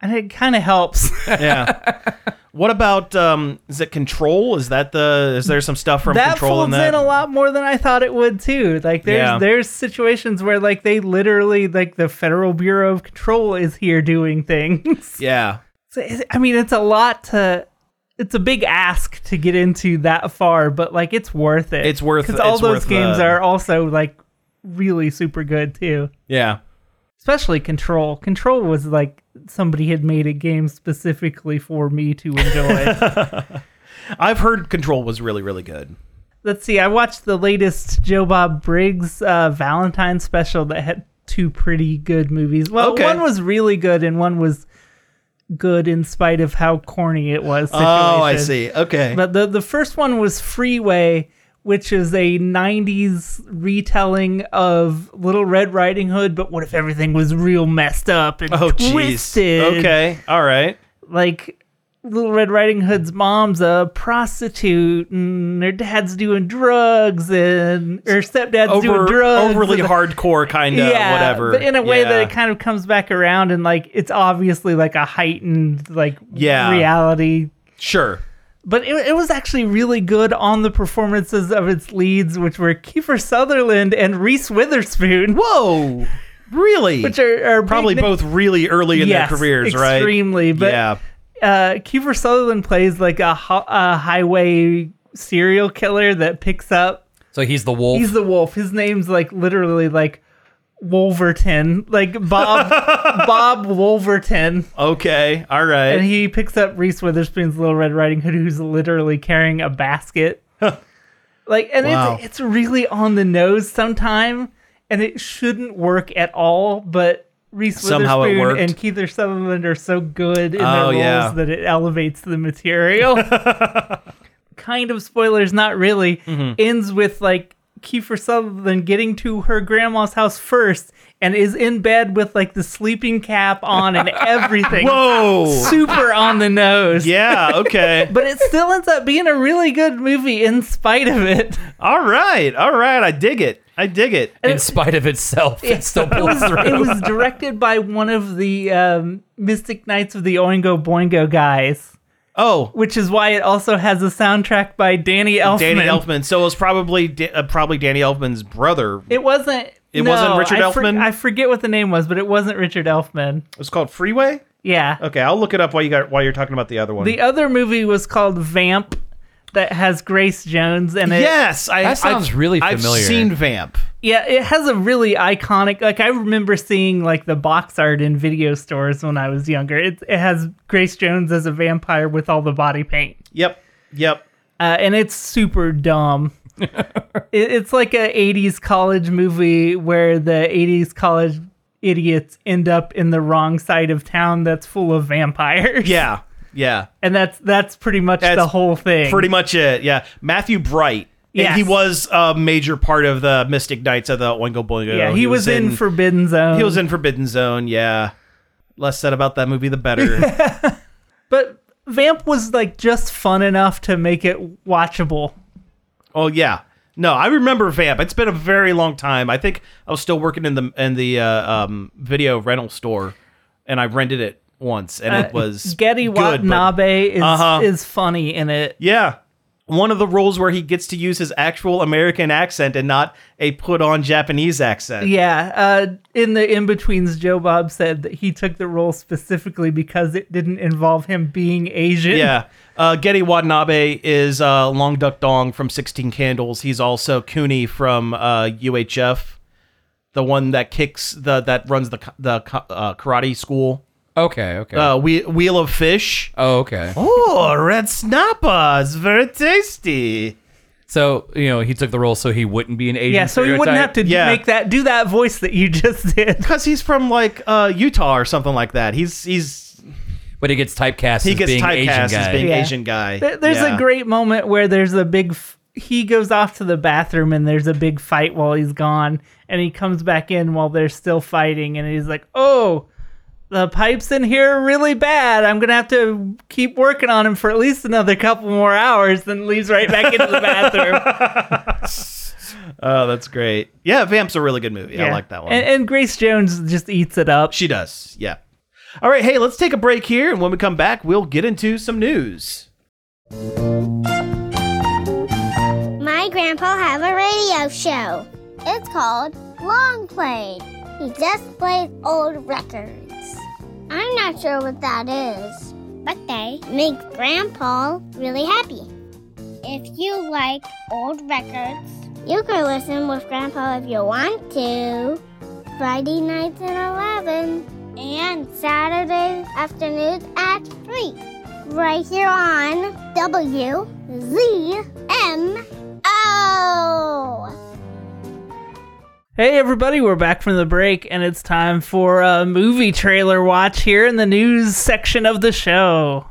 Speaker 4: and it kind of helps.
Speaker 1: Yeah. what about um? Is it Control? Is that the? Is there some stuff from
Speaker 4: that
Speaker 1: Control
Speaker 4: folds
Speaker 1: in
Speaker 4: in,
Speaker 1: that?
Speaker 4: a lot more than I thought it would too. Like there's
Speaker 1: Yeah.
Speaker 4: there's situations where like they literally like the Federal Bureau of Control is here doing things.
Speaker 1: Yeah.
Speaker 4: So, is- I mean, it's a lot to. It's a big ask to get into that far, but like it's worth it.
Speaker 1: It's worth-
Speaker 4: because all
Speaker 1: it's
Speaker 4: those
Speaker 1: worth
Speaker 4: games
Speaker 1: the-
Speaker 4: are also like really super good too.
Speaker 1: Yeah.
Speaker 4: Especially Control. Control was like somebody had made a game specifically for me to enjoy.
Speaker 1: I've heard Control was really really good.
Speaker 4: let's see. I watched the latest Joe Bob Briggs uh, Valentine special that had two pretty good movies. Well,
Speaker 1: Okay.
Speaker 4: one was really good, and one was good in spite of how corny it was. Situation.
Speaker 1: Oh, I see. Okay.
Speaker 4: But the the first one was Freeway, which is a '90s retelling of Little Red Riding Hood. But what if everything was real messed up and
Speaker 1: oh, jeez.
Speaker 4: twisted?
Speaker 1: Okay. All right.
Speaker 4: like Little Red Riding Hood's mom's a prostitute and her dad's doing drugs and her stepdad's doing
Speaker 1: Over
Speaker 4: drugs.
Speaker 1: overly
Speaker 4: and-
Speaker 1: hardcore kind of
Speaker 4: yeah,
Speaker 1: whatever.
Speaker 4: But in a way that
Speaker 1: Yeah.
Speaker 4: it kind of comes back around and like it's obviously like a heightened like
Speaker 1: Yeah.
Speaker 4: reality.
Speaker 1: sure.
Speaker 4: But it, it was actually really good on the performances of its leads, which were Kiefer Sutherland and Reese Witherspoon,
Speaker 1: Whoa. Really?
Speaker 4: which are, are big
Speaker 1: probably
Speaker 4: na-
Speaker 1: both really early in
Speaker 4: Yes,
Speaker 1: their careers, right?
Speaker 4: extremely, but-
Speaker 1: yeah.
Speaker 4: uh, Kiefer Sutherland plays like a, ho- a highway serial killer that picks up.
Speaker 2: So he's the wolf.
Speaker 4: He's the wolf. His name's like literally like Wolverton, like Bob Bob Wolverton,
Speaker 1: Okay. All right.
Speaker 4: and he picks up Reese Witherspoon's Little Red Riding Hood, who's literally carrying a basket. like, and
Speaker 1: Wow.
Speaker 4: it's it's really on the nose sometime, and it shouldn't work at all, but. Reese
Speaker 1: Somehow it
Speaker 4: Witherspoon
Speaker 1: worked.
Speaker 4: and Keith Sutherland are so good in their
Speaker 1: Oh,
Speaker 4: roles
Speaker 1: yeah.
Speaker 4: that it elevates the material. kind of spoilers, not really,
Speaker 1: Mm-hmm.
Speaker 4: ends with like Kiefer Sutherland getting to her grandma's house first and is in bed with like the sleeping cap on and everything.
Speaker 1: Whoa.
Speaker 4: Super on the nose.
Speaker 1: Oh. yeah. Okay.
Speaker 4: But it still ends up being a really good movie in spite of it.
Speaker 1: All right. All right. I dig it. I dig it.
Speaker 2: in spite of itself, it still
Speaker 4: it
Speaker 2: pulls
Speaker 4: was, it
Speaker 2: through.
Speaker 4: was directed by one of the um, Mystic Knights of the Oingo Boingo guys,
Speaker 1: Oh,
Speaker 4: which is why it also has a soundtrack by Danny Elfman.
Speaker 1: Danny Elfman. So it was probably da- uh, probably Danny Elfman's brother. It
Speaker 4: It wasn't.
Speaker 1: It wasn't
Speaker 4: no,
Speaker 1: Richard
Speaker 4: I for-
Speaker 1: Elfman?
Speaker 4: I forget what the name was, but it wasn't Richard Elfman.
Speaker 1: was called Freeway.
Speaker 4: Yeah.
Speaker 1: Okay, I'll look it up while you got while you're talking about the other one.
Speaker 4: The other movie was called Vamp, that has Grace Jones in it.
Speaker 1: yes, I,
Speaker 2: That sounds
Speaker 1: I've-
Speaker 2: really
Speaker 1: I've
Speaker 2: familiar.
Speaker 1: seen Vamp.
Speaker 4: Yeah, it has a really iconic. Like I remember seeing like the box art in video stores when I was younger. It, it has Grace Jones as a vampire with all the body paint,
Speaker 1: Yep, yep.
Speaker 4: uh, and it's super dumb. it, it's like a '80s college movie where the '80s college idiots end up in the wrong side of town that's full of vampires.
Speaker 1: Yeah, yeah.
Speaker 4: and that's that's pretty much
Speaker 1: That's
Speaker 4: the whole thing.
Speaker 1: Pretty much it. Yeah, Matthew Bright. Yeah,
Speaker 4: Yes.
Speaker 1: he was a major part of the Mystic Knights of the Oingo Boingo.
Speaker 4: yeah, he, was, in, Forbidden Zone.
Speaker 1: he was in Forbidden Zone. Yeah, less said about that movie, the better.
Speaker 4: but Vamp was like just fun enough to make it watchable.
Speaker 1: oh yeah. No, I remember Vamp. It's been a very long time. I think I was still working in the in the uh, um, video rental store, and I rented it once, and it was
Speaker 4: Uh, Getty
Speaker 1: good, but-
Speaker 4: Watanabe is
Speaker 1: Uh-huh.
Speaker 4: is funny in it.
Speaker 1: Yeah. One of the roles where he gets to use his actual American accent and not a put on Japanese accent.
Speaker 4: Yeah, uh, in the in betweens, Joe Bob said that he took the role specifically because it didn't involve him being Asian.
Speaker 1: Yeah. Uh, Getty Watanabe is uh, Long Duck Dong from 16 Candles. He's also Cooney from uh, UHF, the one that kicks the that runs the ka- the ka- uh, karate school.
Speaker 2: Okay, okay.
Speaker 4: Oh.
Speaker 1: Uh, Whe- Wheel of Fish.
Speaker 2: oh, okay.
Speaker 1: Oh, red snapper! It's very tasty.
Speaker 2: So you know he took the role so he wouldn't be an Asian.
Speaker 4: yeah. So he wouldn't have
Speaker 2: stereotype.
Speaker 4: to
Speaker 1: Yeah.
Speaker 4: make that do that voice that you just did.
Speaker 1: Because he's from like uh, Utah or something like that. He's he's
Speaker 2: but he gets typecast.
Speaker 1: he
Speaker 2: as
Speaker 1: gets
Speaker 2: being
Speaker 1: typecast
Speaker 2: Asian
Speaker 1: as
Speaker 2: guy.
Speaker 1: being
Speaker 4: Yeah.
Speaker 1: Asian guy.
Speaker 4: There- There's
Speaker 1: Yeah.
Speaker 4: a great moment where there's a big. F- he goes off to the bathroom and there's a big fight while he's gone, and he comes back in while they're still fighting, and he's like, "Oh, the pipes in here are really bad. I'm gonna have to keep working on them for at least another couple more hours. Then leaves right back into the bathroom.
Speaker 1: Oh, that's great. Yeah, Vamp's a really good movie. I
Speaker 4: Yeah.
Speaker 1: like that one.
Speaker 4: And, and Grace Jones just eats it up.
Speaker 1: she does. Yeah. All right. Hey, let's take a break here. And when we come back, we'll get into some news.
Speaker 5: My grandpa have a radio show. It's called Long Play. He just plays old records. I'm not sure what that is, but they make grandpa really happy. If you like old records, you can listen with grandpa if you want to. Friday nights at 11 and Saturday afternoons at 3. Right here on WZMO.
Speaker 4: Hey everybody, we're back from the break, and it's time for a movie trailer watch here in the news section of the show.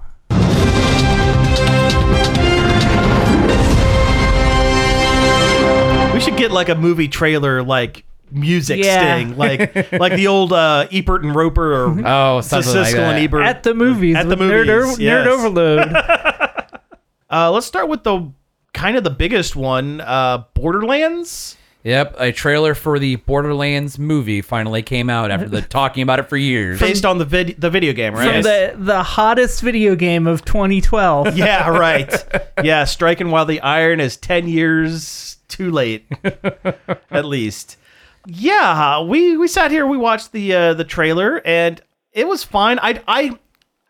Speaker 1: We should get like a movie trailer, like music
Speaker 4: Yeah.
Speaker 1: sting, like like the old uh, Ebert and Roper or
Speaker 2: Oh, something like
Speaker 1: Siskel
Speaker 2: that.
Speaker 1: and Ebert
Speaker 4: At the movies,
Speaker 1: At the
Speaker 4: with Nerd,
Speaker 1: movies,
Speaker 4: Over- Nerd
Speaker 1: yes.
Speaker 4: Overload.
Speaker 1: Uh, let's start with the kind of the biggest one, uh, Borderlands.
Speaker 2: Yep, a trailer for the Borderlands movie finally came out after the talking about it for years.
Speaker 1: based on the vid- the video game,
Speaker 4: from
Speaker 1: right?
Speaker 4: the the hottest video game of 2012.
Speaker 1: yeah, right. Yeah, striking while the iron is ten years too late, at least. Yeah, we we sat here, we watched the uh, the trailer, and it was fine. I I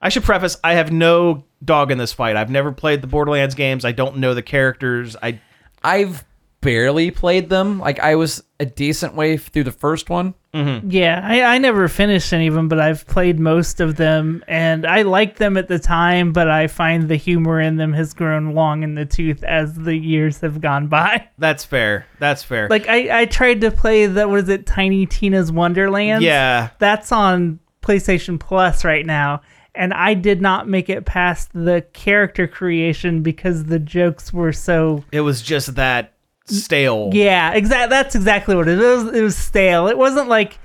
Speaker 1: I should preface, I have no dog in this fight. I've never played the Borderlands games. I don't know the characters. I
Speaker 2: I've barely played them. Like I was a decent way through the first one.
Speaker 4: yeah, I, I never finished any of them, but I've played most of them, and I liked them at the time. But I find the humor in them has grown long in the tooth as the years have gone by.
Speaker 1: that's fair. That's fair.
Speaker 4: Like I, I tried to play the was it Tiny Tina's Wonderland?
Speaker 1: yeah,
Speaker 4: that's on PlayStation Plus right now. And I did not make it past the character creation because the jokes were so
Speaker 1: it was just that stale.
Speaker 4: Yeah, exact. That's exactly what it was. It was stale. It wasn't like,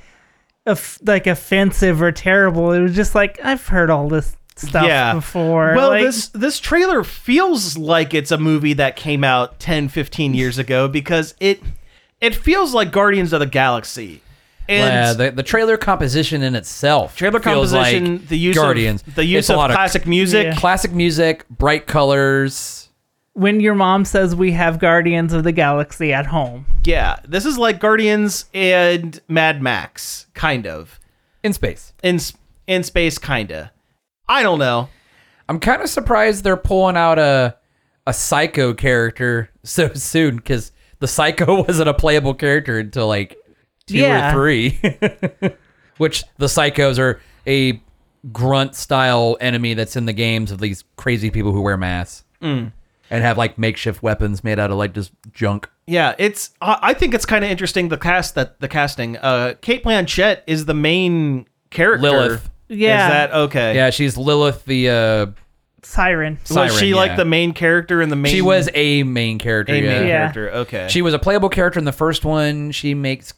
Speaker 4: of like offensive or terrible. It was just like I've heard all this stuff before.
Speaker 1: Well,
Speaker 4: Like,
Speaker 1: this this trailer feels like it's a movie that came out 10, 15 years ago because it it feels like Guardians of the Galaxy. And
Speaker 2: Uh, the, the trailer composition in itself.
Speaker 1: trailer
Speaker 2: feels like
Speaker 1: composition, the use
Speaker 2: Guardians.
Speaker 1: of the use
Speaker 2: It's a
Speaker 1: of
Speaker 2: lot
Speaker 1: classic music.
Speaker 4: Yeah.
Speaker 2: classic music, bright colors.
Speaker 4: when your mom says we have Guardians of the Galaxy at home,
Speaker 1: Yeah, this is like Guardians and Mad Max kind of.
Speaker 2: in space.
Speaker 1: In s- in space kinda. I don't know.
Speaker 2: I'm kind of surprised they're pulling out a a psycho character so soon because the psycho wasn't a playable character until like two
Speaker 4: Yeah.
Speaker 2: or three, which the psychos are a grunt style enemy that's in the games of these crazy people who wear masks
Speaker 1: Mm.
Speaker 2: and have like makeshift weapons made out of like just junk.
Speaker 1: Yeah, it's. I I think it's kind of interesting the cast that the casting. Uh, Kate Blanchett is the main character.
Speaker 2: Lilith.
Speaker 4: Yeah.
Speaker 1: Is that okay?
Speaker 2: Yeah, she's Lilith the uh,
Speaker 4: Siren.
Speaker 1: Was
Speaker 2: siren,
Speaker 1: she
Speaker 2: yeah.
Speaker 1: like the main character in the main?
Speaker 2: She was a main character.
Speaker 1: a
Speaker 2: yeah.
Speaker 1: main
Speaker 4: Yeah.
Speaker 1: character. Okay.
Speaker 2: She was a playable character in the first one. She makes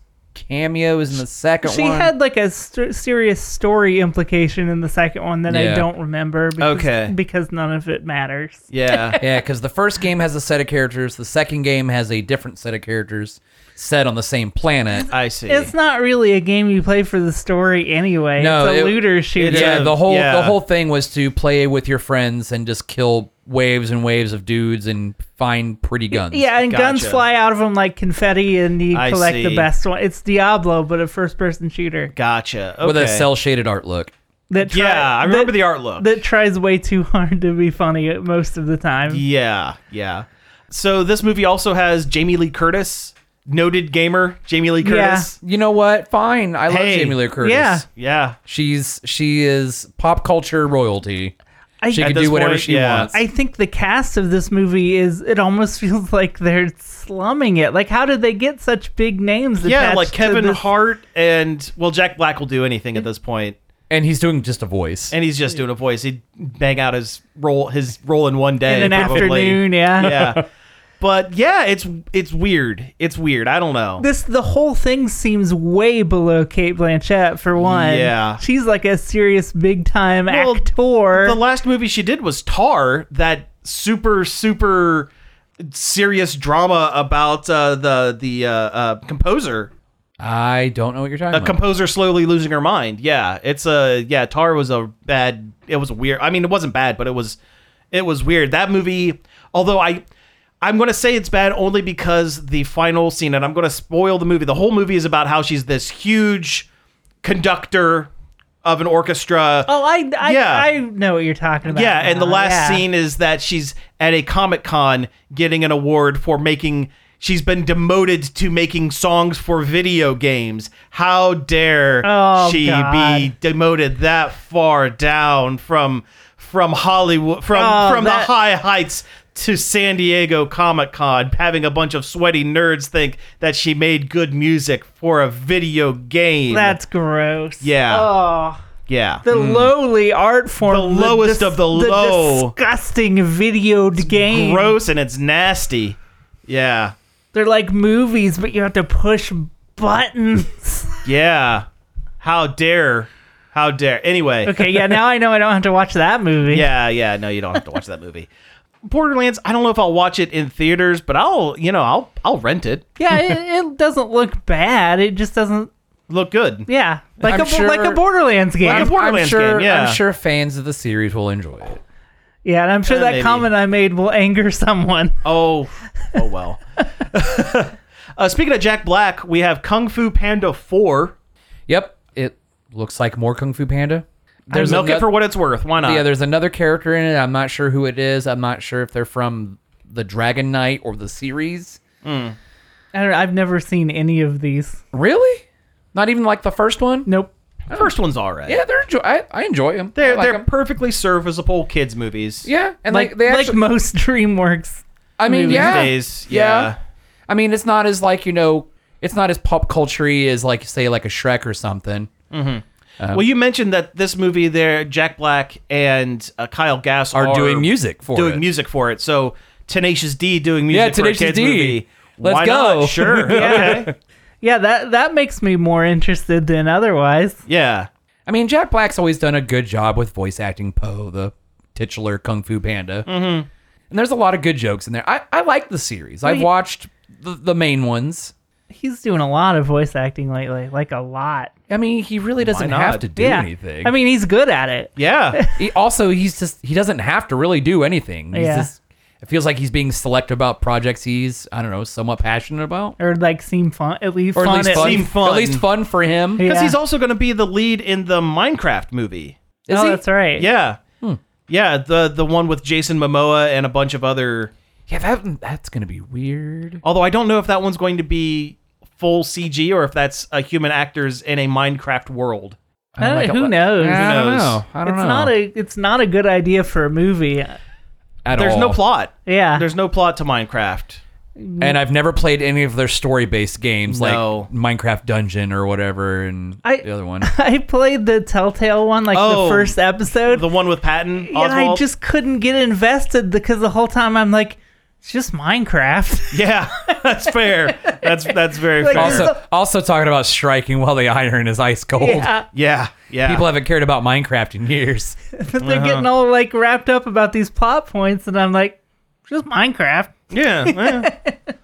Speaker 2: cameos in the second
Speaker 4: She
Speaker 2: one.
Speaker 4: had like a st- serious story implication in the second one that I
Speaker 2: Yeah.
Speaker 4: don't remember. Because,
Speaker 1: Okay.
Speaker 4: because none of it matters.
Speaker 1: yeah.
Speaker 2: Yeah, because the first game has a set of characters. The second game has a different set of characters set on the same planet.
Speaker 1: I see.
Speaker 4: It's not really a game you play for the story anyway.
Speaker 2: No,
Speaker 4: it's a
Speaker 2: it-
Speaker 4: looter shooter.
Speaker 2: yeah, the whole
Speaker 1: yeah.
Speaker 2: the whole thing was to play with your friends and just kill waves and waves of dudes and find pretty guns.
Speaker 4: Yeah, and guns
Speaker 1: Gotcha.
Speaker 4: fly out of them like confetti, and you
Speaker 1: I
Speaker 4: collect
Speaker 1: see.
Speaker 4: the best one. It's Diablo, but a first-person shooter
Speaker 1: gotcha. Okay.
Speaker 2: with a cell shaded art look.
Speaker 4: that try-
Speaker 1: Yeah, I remember
Speaker 4: that,
Speaker 1: the art look.
Speaker 4: that tries way too hard to be funny most of the time.
Speaker 1: yeah. Yeah. So this movie also has Jamie Lee Curtis, noted gamer Jamie Lee
Speaker 4: Yeah.
Speaker 1: Curtis.
Speaker 2: You know what? Fine, I love
Speaker 1: Hey,
Speaker 2: Jamie Lee Curtis.
Speaker 4: yeah.
Speaker 1: Yeah.
Speaker 2: she's she is pop culture royalty.
Speaker 4: I,
Speaker 2: She
Speaker 1: At
Speaker 2: can
Speaker 1: this
Speaker 2: do whatever
Speaker 1: point,
Speaker 2: she
Speaker 1: yeah.
Speaker 2: wants.
Speaker 4: I think the cast of this movie is. It almost feels like they're slumming it. Like, how did they get such big names?
Speaker 1: Yeah,
Speaker 4: attached
Speaker 1: like
Speaker 4: to
Speaker 1: Kevin
Speaker 4: this-
Speaker 1: Hart and well, Jack Black will do anything at this point,
Speaker 2: and he's doing just a voice.
Speaker 1: and he's just doing a voice. He'd bang out his role, his role in one day,
Speaker 4: in an
Speaker 1: probably.
Speaker 4: afternoon. Yeah.
Speaker 1: yeah. But yeah, it's it's weird. It's weird. I don't know.
Speaker 4: This the whole thing seems way below Kate Blanchett for one.
Speaker 1: Yeah.
Speaker 4: she's like a serious big time
Speaker 1: Well,
Speaker 4: actor.
Speaker 1: The last movie she did was Tar, that super super serious drama about uh, the the uh, uh, composer.
Speaker 2: I don't know what you're talking
Speaker 1: A
Speaker 2: about.
Speaker 1: composer slowly losing her mind. Yeah, it's a yeah. Tar was a bad. It was weird. I mean, it wasn't bad, but it was it was weird. That movie, although I. I'm going to say it's bad only because the final scene, and I'm going to spoil the movie. The whole movie is about how she's this huge conductor of an orchestra.
Speaker 4: oh, I I,
Speaker 1: Yeah.
Speaker 4: I know what you're talking about.
Speaker 1: Yeah, and the
Speaker 4: now.
Speaker 1: last
Speaker 4: Yeah.
Speaker 1: scene is that she's at a Comic Con getting an award for making. She's been demoted to making songs for video games. How dare
Speaker 4: Oh,
Speaker 1: she be
Speaker 4: God.
Speaker 1: demoted that far down from from Hollywood from
Speaker 4: Oh,
Speaker 1: from
Speaker 4: that-
Speaker 1: the high heights to San Diego Comic Con, having a bunch of sweaty nerds think that she made good music for a video game.
Speaker 4: That's gross.
Speaker 1: Yeah.
Speaker 4: Oh.
Speaker 1: yeah.
Speaker 4: The lowly art form,
Speaker 1: The lowest of the low.
Speaker 4: disgusting video game.
Speaker 1: gross and it's nasty. Yeah.
Speaker 4: They're like movies, but you have to push buttons.
Speaker 1: Yeah. How dare. How dare. Anyway.
Speaker 4: okay, yeah, now I know I don't have to watch that movie.
Speaker 1: Yeah, yeah. No, you don't have to watch that movie. Borderlands, I don't know if I'll watch it in theaters, but I'll, you know, I'll I'll rent it.
Speaker 4: yeah, it, it doesn't look bad. It just doesn't.
Speaker 1: Look good.
Speaker 4: Yeah, like
Speaker 2: I'm
Speaker 4: a
Speaker 2: sure-
Speaker 4: like a Borderlands game.
Speaker 1: Like a Borderlands
Speaker 2: I'm sure,
Speaker 1: game, yeah.
Speaker 2: I'm sure fans of the series will enjoy it.
Speaker 4: yeah, and I'm sure
Speaker 1: Uh,
Speaker 4: that
Speaker 1: maybe.
Speaker 4: comment I made will anger someone.
Speaker 1: Oh, oh well. uh, speaking of Jack Black, we have Kung Fu Panda 4.
Speaker 2: Yep, it looks like more Kung Fu Panda.
Speaker 1: There's milk it
Speaker 2: ano-
Speaker 1: for what it's worth. Why not?
Speaker 2: yeah. There's another character in it. I'm not sure who it is. I'm not sure if they're from the Dragon Knight or the series.
Speaker 4: I don't. know, I've never seen any of these.
Speaker 2: Really? Not even like the first one.
Speaker 4: Nope.
Speaker 1: First one's all right.
Speaker 2: Yeah, they're enjoy- I, I enjoy them.
Speaker 1: They're
Speaker 2: I like
Speaker 1: they're
Speaker 2: 'em.
Speaker 1: perfectly serviceable kids movies.
Speaker 2: yeah, and like,
Speaker 4: Like
Speaker 2: they
Speaker 4: like
Speaker 2: actually.
Speaker 4: most DreamWorks.
Speaker 2: I mean,
Speaker 1: These
Speaker 2: yeah,
Speaker 1: days. Yeah.
Speaker 2: I mean, it's not as like you know, it's not as pop culture as like say like a Shrek or something.
Speaker 1: Well, you mentioned that this movie there, Jack Black and uh, Kyle Gass
Speaker 2: Are doing music for
Speaker 1: doing
Speaker 2: it.
Speaker 1: music for it. So Tenacious D doing music.
Speaker 2: Yeah,
Speaker 1: for a
Speaker 2: Tenacious
Speaker 1: kids
Speaker 2: D.
Speaker 1: Movie.
Speaker 2: Let's
Speaker 1: Why
Speaker 2: go.
Speaker 1: Not? Sure.
Speaker 4: Yeah.
Speaker 1: Okay.
Speaker 4: Yeah, that that makes me more interested than otherwise.
Speaker 1: Yeah.
Speaker 2: I mean, Jack Black's always done a good job with voice acting Poe, the titular Kung Fu Panda. Mm-hmm. And there's a lot of good jokes in there. I, I like the series. I've
Speaker 4: Wait.
Speaker 2: watched the, the main ones.
Speaker 4: He's doing a lot of voice acting lately, like a lot.
Speaker 2: I mean, he really doesn't
Speaker 1: not?
Speaker 2: have to do
Speaker 4: yeah.
Speaker 2: anything.
Speaker 4: I mean, he's good at it.
Speaker 1: Yeah.
Speaker 2: he, also he's just he doesn't have to really do anything. He's
Speaker 4: Yeah.
Speaker 2: just it feels like he's being selective about projects he's I don't know somewhat passionate about,
Speaker 4: Or like seem fun at least
Speaker 2: or
Speaker 4: fun
Speaker 2: at least
Speaker 4: at
Speaker 2: fun,
Speaker 1: Seem fun.
Speaker 2: At least fun for him.
Speaker 4: Yeah.
Speaker 1: Because he's also going to be the lead in the Minecraft movie.
Speaker 2: Is
Speaker 4: oh,
Speaker 2: he?
Speaker 4: that's right.
Speaker 1: Yeah.
Speaker 2: Hmm.
Speaker 1: Yeah. The the one with Jason Momoa and a bunch of other.
Speaker 2: Yeah, that that's gonna be weird.
Speaker 1: Although I don't know if that one's going to be full CG or if that's a human actors in a Minecraft world.
Speaker 4: I don't
Speaker 2: like
Speaker 4: know, Uh, who
Speaker 2: it-
Speaker 4: knows?
Speaker 2: I don't
Speaker 1: knows?
Speaker 2: know. I don't
Speaker 4: it's
Speaker 2: know.
Speaker 4: not a it's not a good idea for a movie.
Speaker 2: At
Speaker 1: There's
Speaker 2: all.
Speaker 1: no plot.
Speaker 4: Yeah.
Speaker 1: There's no plot to Minecraft.
Speaker 2: and I've never played any of their story-based games
Speaker 1: No.
Speaker 2: like Minecraft Dungeon or whatever, and
Speaker 4: I-
Speaker 2: the other one.
Speaker 4: I played the Telltale one like
Speaker 1: Oh,
Speaker 4: the first episode
Speaker 1: The one with Patton Oswald.
Speaker 4: and I just couldn't get invested because the whole time I'm like it's just Minecraft.
Speaker 1: Yeah, that's fair. That's that's very
Speaker 4: Like,
Speaker 1: fair.
Speaker 4: there's
Speaker 2: Also,
Speaker 4: a-
Speaker 2: also talking about striking while the iron is ice cold.
Speaker 4: yeah.
Speaker 1: yeah, yeah.
Speaker 2: People haven't cared about Minecraft in years.
Speaker 4: But they're getting
Speaker 1: Uh-huh.
Speaker 4: all like wrapped up about these plot points and I'm like just Minecraft.
Speaker 1: yeah. yeah.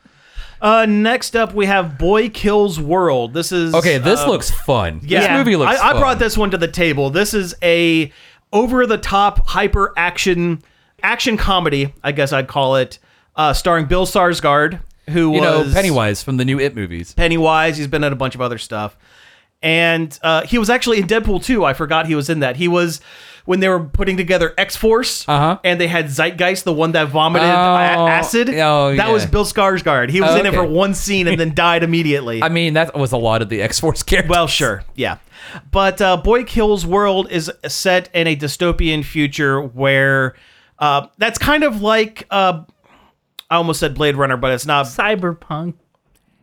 Speaker 1: uh, next up, we have Boy Kills World. This is
Speaker 2: Okay, this
Speaker 1: um,
Speaker 2: looks fun. This
Speaker 1: yeah.
Speaker 2: movie looks.
Speaker 1: I, I
Speaker 2: fun.
Speaker 1: brought this one to the table. This is a over the top hyper action action comedy, I guess I'd call it, uh, starring Bill Sarsgaard, who
Speaker 2: You know,
Speaker 1: was
Speaker 2: Pennywise from the new It movies.
Speaker 1: Pennywise. He's been in a bunch of other stuff. And uh, he was actually in Deadpool 2. I forgot he was in that. He was when they were putting together X Force
Speaker 2: Uh-huh.
Speaker 1: and they had Zeitgeist, the one that vomited a-
Speaker 2: Oh,
Speaker 1: acid.
Speaker 2: oh,
Speaker 1: that
Speaker 2: yeah.
Speaker 1: was Bill Skarsgård. He was
Speaker 2: Oh,
Speaker 1: in it
Speaker 2: okay.
Speaker 1: for one scene and then died immediately.
Speaker 2: I mean, that was a lot of the X Force characters.
Speaker 1: Well, sure, yeah, but uh, Boy Kills World is set in a dystopian future where uh, that's kind of like uh, I almost said Blade Runner, but it's not.
Speaker 4: Cyberpunk.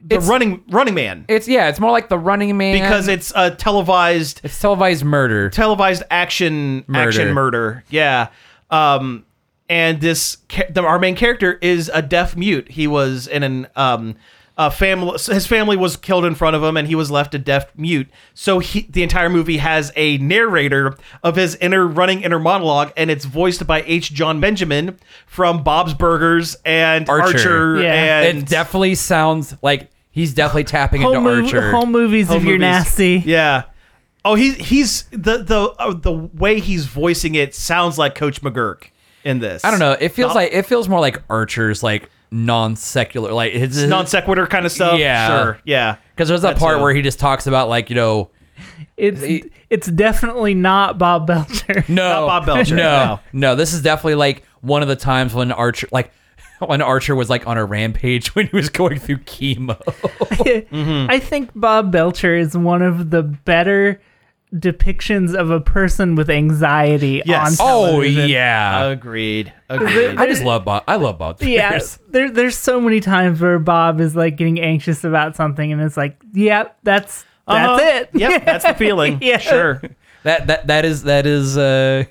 Speaker 1: The
Speaker 2: It's-
Speaker 1: Running Running Man
Speaker 2: it's yeah, it's more like the Running Man
Speaker 1: because it's a televised
Speaker 2: it's televised murder.
Speaker 1: televised action
Speaker 2: Murder.
Speaker 1: action murder. Yeah. Um and this cha- the, our main character is a deaf mute. He was in an um a family his family was killed in front of him and he was left a deaf mute. So he the entire movie has a narrator of his inner running inner monologue and it's voiced by H John Benjamin from Bob's Burgers and Archer,
Speaker 2: Archer.
Speaker 4: Yeah.
Speaker 1: and
Speaker 2: it definitely sounds like he's definitely tapping into
Speaker 4: Home, mov-
Speaker 2: Archer.
Speaker 4: home movies if you're
Speaker 1: movies.
Speaker 4: nasty.
Speaker 1: Yeah. Oh, he's he's the the uh, the way he's voicing it sounds like Coach McGurk in this.
Speaker 2: I don't know. It feels like it feels more like Archer's like non secular, like his, his
Speaker 1: non sequitur kind of stuff.
Speaker 2: Yeah.
Speaker 1: sure, yeah.
Speaker 2: Because there's that
Speaker 1: That's
Speaker 2: part
Speaker 1: a-
Speaker 2: where he just talks about like you know
Speaker 4: It's
Speaker 2: He-
Speaker 4: it's definitely not Bob Belcher.
Speaker 1: Not
Speaker 2: no
Speaker 1: Bob Belcher, no.
Speaker 2: no no this is definitely like one of the times when Archer like when Archer was like on a rampage when he was going through chemo.
Speaker 4: I think Bob Belcher is one of the better depictions of a person with anxiety
Speaker 1: Yes.
Speaker 4: on
Speaker 2: oh
Speaker 4: television.
Speaker 2: yeah,
Speaker 1: Agreed. Agreed.
Speaker 2: I just love Bob. I love Bob.
Speaker 4: Yeah,
Speaker 2: Spears.
Speaker 4: there, there's so many times where Bob is like getting anxious about something, and it's like, yep, that's
Speaker 1: Uh-huh.
Speaker 4: that's it.
Speaker 1: Yep, that's the feeling.
Speaker 4: Yeah.
Speaker 1: Sure.
Speaker 2: that that that is that is. uh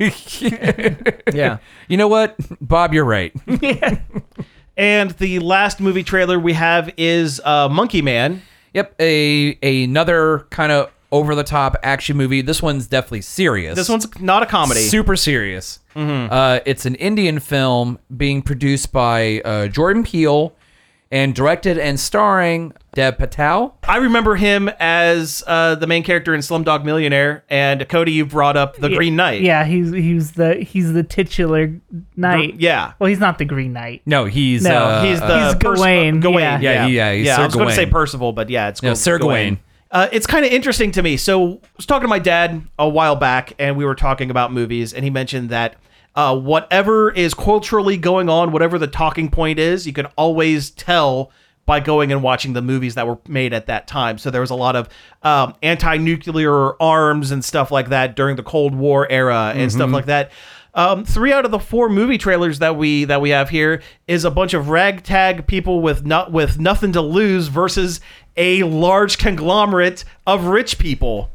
Speaker 1: Yeah.
Speaker 2: You know what, Bob? You're right.
Speaker 1: And the last movie trailer we have is uh, Monkey Man.
Speaker 2: Yep, a, another kind of over the top action movie. This one's definitely serious.
Speaker 1: This one's not a comedy.
Speaker 2: super serious. Uh, it's an Indian film being produced by uh, Jordan Peele and directed and starring Deb Patel.
Speaker 1: I remember him as uh, the main character in Slumdog Millionaire. And Cody, you brought up the Green Knight.
Speaker 4: Yeah, he's he's the he's the titular knight.
Speaker 1: Yeah.
Speaker 4: Well, he's not the Green Knight.
Speaker 2: No, he's
Speaker 4: No,
Speaker 2: uh,
Speaker 1: He's the
Speaker 4: He's Gawain,
Speaker 1: Gawain.
Speaker 4: yeah.
Speaker 2: Yeah, yeah, he's
Speaker 1: yeah.
Speaker 2: Sir
Speaker 1: I was going to say
Speaker 2: Gawain.
Speaker 1: Percival, but yeah, it's
Speaker 2: Yeah,
Speaker 1: Gaw-
Speaker 2: Sir Gawain.
Speaker 1: Uh, it's kind of interesting to me. So I was talking to my dad a while back, and we were talking about movies, and he mentioned that uh, whatever is culturally going on, whatever the talking point is, you can always tell by going and watching the movies that were made at that time. So there was a lot of um, anti-nuclear arms and stuff like that during the Cold War era and
Speaker 2: Mm-hmm.
Speaker 1: stuff like that. Um, three out of the four movie trailers that we that we have here is a bunch of ragtag people with not with nothing to lose versus a large conglomerate of rich people.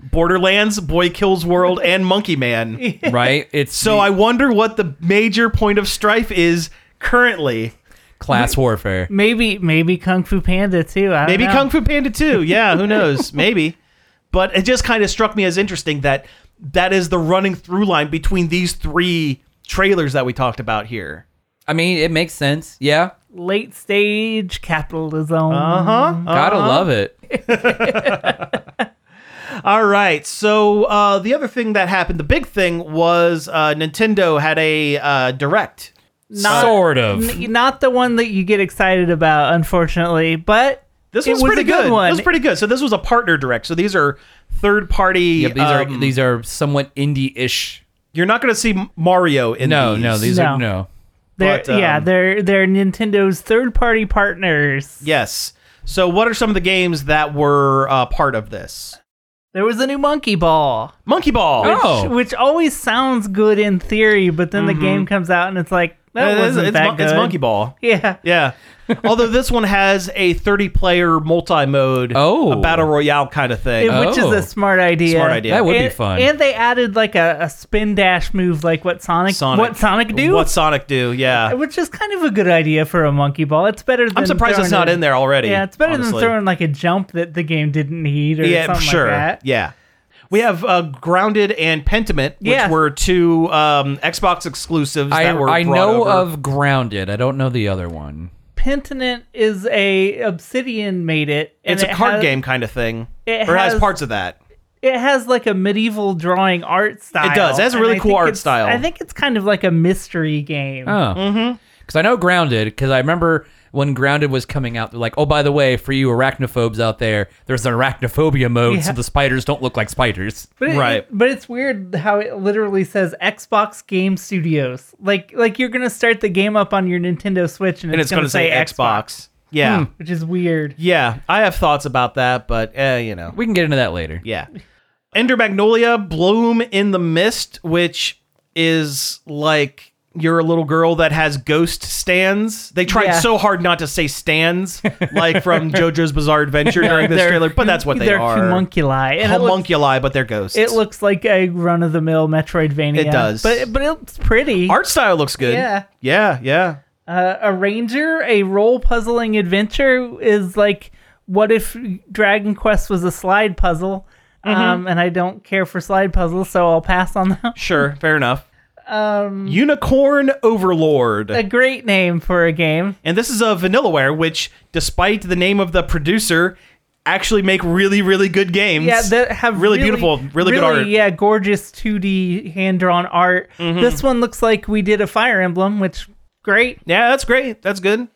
Speaker 1: Borderlands, Boy Kills World, and Monkey Man.
Speaker 2: right. It's
Speaker 1: So I wonder what the major point of strife is currently.
Speaker 2: class warfare.
Speaker 4: Maybe maybe Kung Fu Panda too. I don't
Speaker 1: Maybe
Speaker 4: know.
Speaker 1: Kung Fu Panda 2. Yeah, who knows? Maybe. But it just kind of struck me as interesting that that is the running through line between these three trailers that we talked about here.
Speaker 2: I mean, it makes sense. Yeah,
Speaker 4: late stage capitalism.
Speaker 1: Uh-huh.
Speaker 2: gotta love it.
Speaker 1: All right. So uh, the other thing that happened, the big thing was uh, Nintendo had a uh, direct.
Speaker 4: Not
Speaker 2: sort of.
Speaker 4: n- not the one that you get excited about, unfortunately. But
Speaker 1: This
Speaker 4: it
Speaker 1: was, pretty
Speaker 4: a good,
Speaker 1: This
Speaker 4: one.
Speaker 1: was pretty good. So this was a partner direct. So these are third party.
Speaker 2: Yeah, these are
Speaker 1: um,
Speaker 2: these are somewhat indie-ish.
Speaker 1: You're not going to see M- Mario in
Speaker 2: No,
Speaker 1: these.
Speaker 2: no, these
Speaker 4: No.
Speaker 2: are no.
Speaker 4: they're,
Speaker 1: but, um,
Speaker 4: yeah, they're they're Nintendo's third party partners.
Speaker 1: Yes. So what are some of the games that were uh, part of this?
Speaker 4: There was a new Monkey Ball,
Speaker 1: Monkey Ball.
Speaker 2: Oh.
Speaker 4: which, which always sounds good in theory, but then the game comes out and it's like
Speaker 1: Mm-hmm.
Speaker 4: that
Speaker 1: It is-
Speaker 4: wasn't
Speaker 1: Uh, it's,
Speaker 4: that
Speaker 1: mon-
Speaker 4: good.
Speaker 1: it's Monkey Ball.
Speaker 4: Yeah,
Speaker 1: Yeah. Although this one has a 30 player multi mode,
Speaker 2: Oh.
Speaker 1: a battle royale kind of thing. Uh,
Speaker 4: It- which
Speaker 2: Oh.
Speaker 4: is a smart idea.
Speaker 1: Smart idea.
Speaker 2: That would
Speaker 4: and,
Speaker 2: be fun.
Speaker 4: And they added like a, a spin dash move, like what Sonic,
Speaker 1: Sonic.
Speaker 4: what Sonic do,
Speaker 1: What Sonic do? Yeah.
Speaker 4: which is kind of a good idea for a monkey ball. It's better. Than
Speaker 1: I'm surprised it's
Speaker 4: throwing
Speaker 1: not
Speaker 4: a-
Speaker 1: in there already.
Speaker 4: Yeah, it's better
Speaker 1: honestly.
Speaker 4: than throwing like a jump that the game didn't need or something
Speaker 1: sure.
Speaker 4: like that.
Speaker 1: Yeah. We have uh, Grounded and Pentiment, which
Speaker 4: Yeah.
Speaker 1: were two um, Xbox exclusives
Speaker 2: I,
Speaker 1: that were
Speaker 2: I
Speaker 1: brought
Speaker 2: know
Speaker 1: over.
Speaker 2: of Grounded. I don't know the other one.
Speaker 4: Pentinent is a Obsidian made it. and
Speaker 1: It's a
Speaker 4: it
Speaker 1: card
Speaker 4: has-
Speaker 1: game kind of thing,
Speaker 4: it
Speaker 1: or has,
Speaker 4: has-
Speaker 1: parts of that.
Speaker 4: It has like a medieval drawing art style.
Speaker 1: It does. It has a
Speaker 4: and
Speaker 1: really
Speaker 4: I
Speaker 1: cool
Speaker 4: think
Speaker 1: art
Speaker 4: it's-
Speaker 1: style.
Speaker 4: I think it's kind of like a mystery game.
Speaker 2: Oh. Mm-hmm. Because I know Grounded, because I remember when Grounded was coming out, they're like, oh, by the way, for you arachnophobes out there, there's an arachnophobia mode
Speaker 4: Yeah.
Speaker 2: so the spiders don't look like spiders.
Speaker 4: But it-
Speaker 1: Right.
Speaker 4: but it's weird how it literally says Xbox Game Studios. Like like you're gonna start the game up on your Nintendo Switch and,
Speaker 1: And it's
Speaker 4: gonna, Hmm.
Speaker 1: going to say Xbox. Hmm. Yeah.
Speaker 4: which is weird.
Speaker 1: Yeah. I have thoughts about that, but eh, you know.
Speaker 2: We can get into that later.
Speaker 1: Yeah. Ender Magnolia Bloom in the Mist, which is like you're a little girl that has ghost stands. They tried
Speaker 4: Yeah.
Speaker 1: so hard not to say stands, like from JoJo's Bizarre Adventure during this
Speaker 4: They're-
Speaker 1: trailer, but that's what they
Speaker 4: they're
Speaker 1: are.
Speaker 4: Homunculi. And it looks-
Speaker 1: homunculi, but they're ghosts.
Speaker 4: It looks like a run of the mill Metroidvania.
Speaker 1: It does.
Speaker 4: but but it's pretty.
Speaker 1: art style looks good.
Speaker 4: Yeah.
Speaker 1: yeah, yeah.
Speaker 4: Uh, a ranger, a role puzzling adventure is like what if Dragon Quest was a slide puzzle? Um, and I don't care for slide puzzles, so I'll pass on them.
Speaker 1: Sure, fair enough. Um, Unicorn Overlord.
Speaker 4: a great name for a game.
Speaker 1: And this is a Vanillaware, which, despite the name of the producer, actually make really, really good games.
Speaker 4: Yeah, that have
Speaker 1: really, beautiful, really, good art. Mm-hmm.
Speaker 4: Yeah, gorgeous 2D hand drawn art. This one looks like we did a Fire Emblem, which great.
Speaker 1: Yeah, that's great. That's good.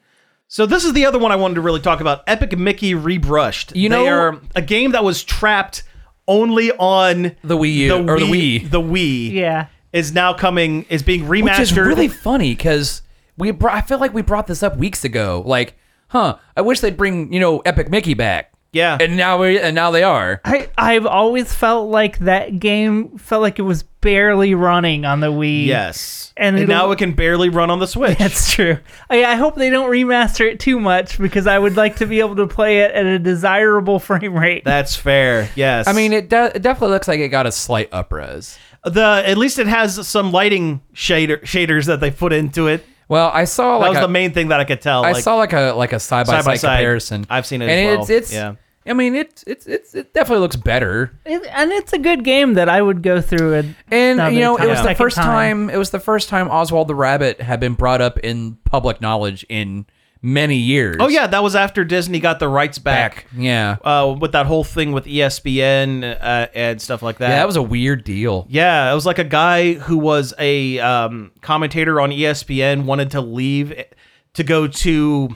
Speaker 1: So this is the other one I wanted to really talk about: Epic Mickey Rebrushed.
Speaker 2: You
Speaker 1: they
Speaker 2: know-
Speaker 1: are a game that was trapped only on
Speaker 2: The Wii U or the Wii.
Speaker 1: The Wii
Speaker 4: Yeah.
Speaker 1: is now coming is being remastered.
Speaker 2: Which is really funny because we brought, I feel like we brought this up weeks ago. Like, huh? I wish they'd bring you know Epic Mickey back.
Speaker 1: Yeah.
Speaker 2: and now we and now they are.
Speaker 4: I, I've always felt like that game felt like it was barely running on the Wii.
Speaker 1: yes,
Speaker 4: And
Speaker 1: and,
Speaker 4: it'll-
Speaker 1: now it can barely run on the Switch.
Speaker 4: That's true. I, I hope they don't remaster it too much because I would like to be able to play it at a desirable frame rate.
Speaker 1: That's fair. Yes,
Speaker 2: I mean, it, de- it definitely looks like it got a slight upres.
Speaker 1: the at least it has some lighting shader shaders that they put into it.
Speaker 2: Well, I saw
Speaker 1: That
Speaker 2: like
Speaker 1: was the
Speaker 2: a-
Speaker 1: main thing that I could tell.
Speaker 2: I
Speaker 1: like,
Speaker 2: saw like a like a side by side
Speaker 1: Side-by-side.
Speaker 2: comparison.
Speaker 1: I've seen it
Speaker 2: and
Speaker 1: as well.
Speaker 2: it's it's.
Speaker 1: Yeah.
Speaker 2: I mean, it it's it's it definitely looks better.
Speaker 4: It- and it's a good game that I would go through. And,
Speaker 2: And
Speaker 4: another
Speaker 2: you know,
Speaker 4: time.
Speaker 2: it was the
Speaker 4: Second
Speaker 2: first time. It was the first time Oswald the Rabbit had been brought up in public knowledge in many years.
Speaker 1: oh yeah, that was after Disney got the rights
Speaker 2: back. Yeah.
Speaker 1: uh, with that whole thing with ESPN uh, and stuff like that.
Speaker 2: yeah, that was a weird deal.
Speaker 1: Yeah, it was like a guy who was a um, commentator on ESPN wanted to leave eh, to go to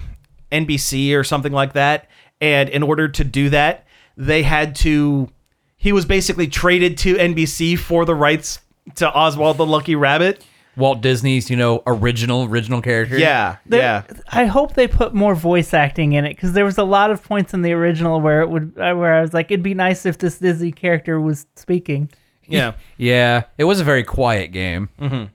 Speaker 1: NBC or something like that, and in order to do that, they had to. He was basically traded to NBC for the rights to Oswald the Lucky Rabbit.
Speaker 2: Walt Disney's, you know, original original character.
Speaker 1: Yeah,
Speaker 4: there-
Speaker 1: yeah.
Speaker 4: I hope they put more voice acting in it because there was a lot of points in the original where it would uh, where I was like, it'd be nice if this Disney character was speaking.
Speaker 1: Yeah.
Speaker 2: Yeah. It was a very quiet game.
Speaker 1: Mm.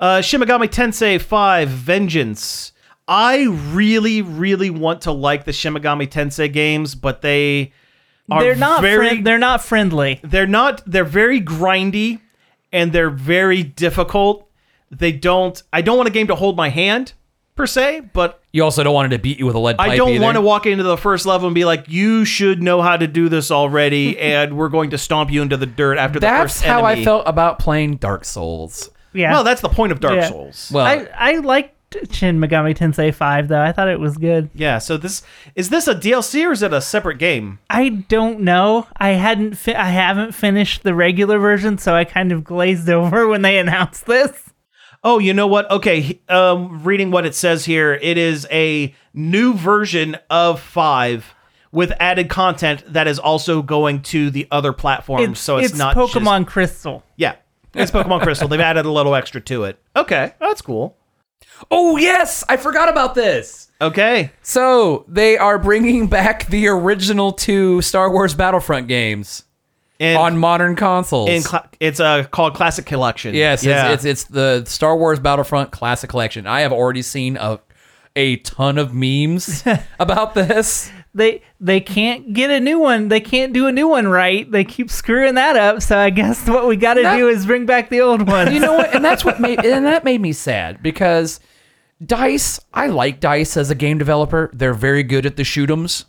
Speaker 1: Uh, Shimigami Tensei 5 Vengeance. I really, really want to like the Shimigami Tensei games, but they are
Speaker 4: they're not
Speaker 1: very,
Speaker 4: friend, they're not friendly.
Speaker 1: they're not they're very grindy and they're very difficult. They don't I don't want a game to hold my hand per se, but
Speaker 2: You also don't want it to beat you with a lead pipe.
Speaker 1: I don't
Speaker 2: either.
Speaker 1: want to walk into the first level and be like, you should know how to do this already, and we're going to stomp you into the dirt after
Speaker 2: That's
Speaker 1: the first
Speaker 2: how I
Speaker 1: enemy."
Speaker 2: felt about playing Dark Souls.
Speaker 4: Yeah.
Speaker 1: Well, uh, that's the point of Dark
Speaker 4: Yeah.
Speaker 1: Souls.
Speaker 2: Well,
Speaker 4: I, I liked Shin Megami Tensei 5 though. I thought it was good.
Speaker 1: yeah, so this is this a DLC or is it a separate game?
Speaker 4: I don't know. I hadn't fi- I haven't finished the regular version, so I kind of glazed over when they announced this.
Speaker 1: Oh, you know what? Okay, he- um, reading what it says here, it is a new version of five with added content that is also going to the other platforms. Um, so it's, not just-
Speaker 4: Pokemon Crystal.
Speaker 1: yeah, it's Pokemon Crystal. They've added a little extra to it. Okay, that's cool.
Speaker 2: oh yes, I forgot about this.
Speaker 1: Okay,
Speaker 2: So they are bringing back the original two Star Wars Battlefront games
Speaker 1: and
Speaker 2: on modern consoles.
Speaker 1: in cla- it's uh, called Classic Collection.
Speaker 2: yes,
Speaker 1: yeah,
Speaker 2: it's, it's it's the Star Wars Battlefront Classic Collection. I have already seen a a ton of memes about this.
Speaker 4: They they can't get a new one. They can't do a new one right. They keep screwing that up. So I guess what we got to
Speaker 2: That-
Speaker 4: do is bring back the old one.
Speaker 2: You know what? And that's what made and that made me sad because Dice, I like Dice as a game developer. They're very good at the shoot'ems.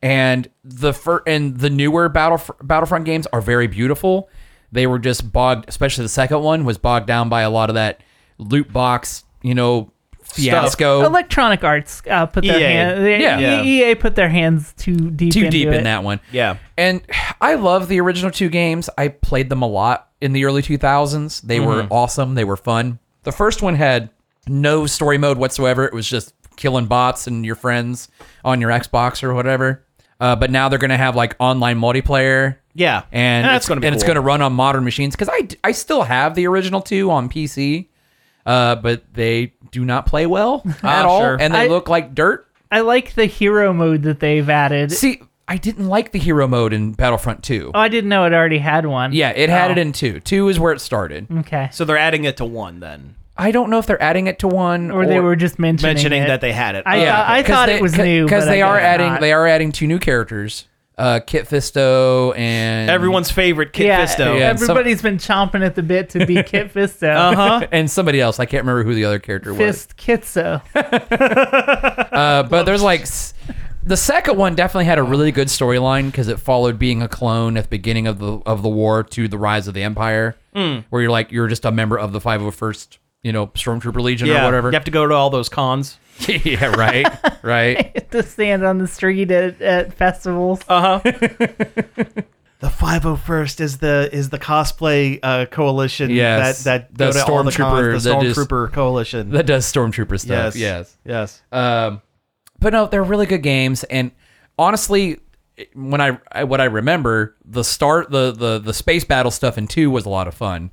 Speaker 2: And the fir- and the newer Battle Battlefront games are very beautiful. They were just bogged, especially the second one was bogged down by a lot of that loot box, you know, fiasco.
Speaker 4: Electronic Arts uh, put their
Speaker 1: EA.
Speaker 4: hand, they-
Speaker 2: Yeah.
Speaker 1: E Yeah.
Speaker 4: EA put their hands too deep
Speaker 2: too
Speaker 4: into
Speaker 2: deep
Speaker 4: it.
Speaker 2: in that one.
Speaker 1: Yeah.
Speaker 2: And I love the original two games. I played them a lot in the early 2000s. They were
Speaker 1: Mm-hmm.
Speaker 2: awesome. They were fun. The first one had no story mode whatsoever. It was just killing bots and your friends on your Xbox or whatever. Uh, but now they're going to have like online multiplayer.
Speaker 1: yeah,
Speaker 2: And,
Speaker 1: that's
Speaker 2: it's,
Speaker 1: gonna be
Speaker 2: and it's
Speaker 1: cool.
Speaker 2: going to run on modern machines because I, I still have the original two on PC, uh, but they do not play well at all,
Speaker 1: Ah, sure.
Speaker 2: and they
Speaker 4: I-
Speaker 2: look like dirt.
Speaker 4: I like the hero mode that they've added.
Speaker 2: See, I didn't like the hero mode in Battlefront 2.
Speaker 4: oh, I didn't know it already had one. Oh,
Speaker 2: Yeah, it had it in two. Two is where it started.
Speaker 4: Okay.
Speaker 1: So they're adding it to one then.
Speaker 2: I don't know if they're adding it to one
Speaker 4: or they were just mentioning
Speaker 1: mentioning
Speaker 4: it.
Speaker 1: that they had it.
Speaker 4: I thought, I thought it was new
Speaker 2: because
Speaker 4: but I
Speaker 2: they are
Speaker 4: guess
Speaker 2: adding
Speaker 4: not.
Speaker 2: they are adding two new characters, uh, Kit Fisto and
Speaker 1: Everyone's favorite Kit
Speaker 4: yeah,
Speaker 1: Fisto.
Speaker 2: Yeah. and some-
Speaker 4: Everybody's been chomping at the bit to be Kit Fisto.
Speaker 1: Uh-huh.
Speaker 2: and somebody else. I can't remember who the other character was.
Speaker 4: Fist Kitso.
Speaker 2: Uh, but there's like s- the second one definitely had a really good storyline because it followed being a clone at the beginning of the of the war to the rise of the empire,
Speaker 1: Hmm.
Speaker 2: where you're like you're just a member of the 501st, you know, stormtrooper legion
Speaker 1: Yeah,
Speaker 2: or whatever.
Speaker 1: You have to go to all those cons.
Speaker 2: yeah, right, right.
Speaker 4: to stand on the street at, at festivals.
Speaker 1: The 501st is the is the cosplay uh, coalition
Speaker 2: Yes.
Speaker 1: that that
Speaker 2: The
Speaker 1: go to all the cons, the
Speaker 2: stormtrooper that just-
Speaker 1: stormtrooper coalition.
Speaker 2: That does stormtrooper
Speaker 1: yes,
Speaker 2: stuff. yes.
Speaker 1: yes.
Speaker 2: Um, but no, they're really good games, and honestly, it- when I, I what I remember, the start the the the space battle stuff in two was a lot of fun,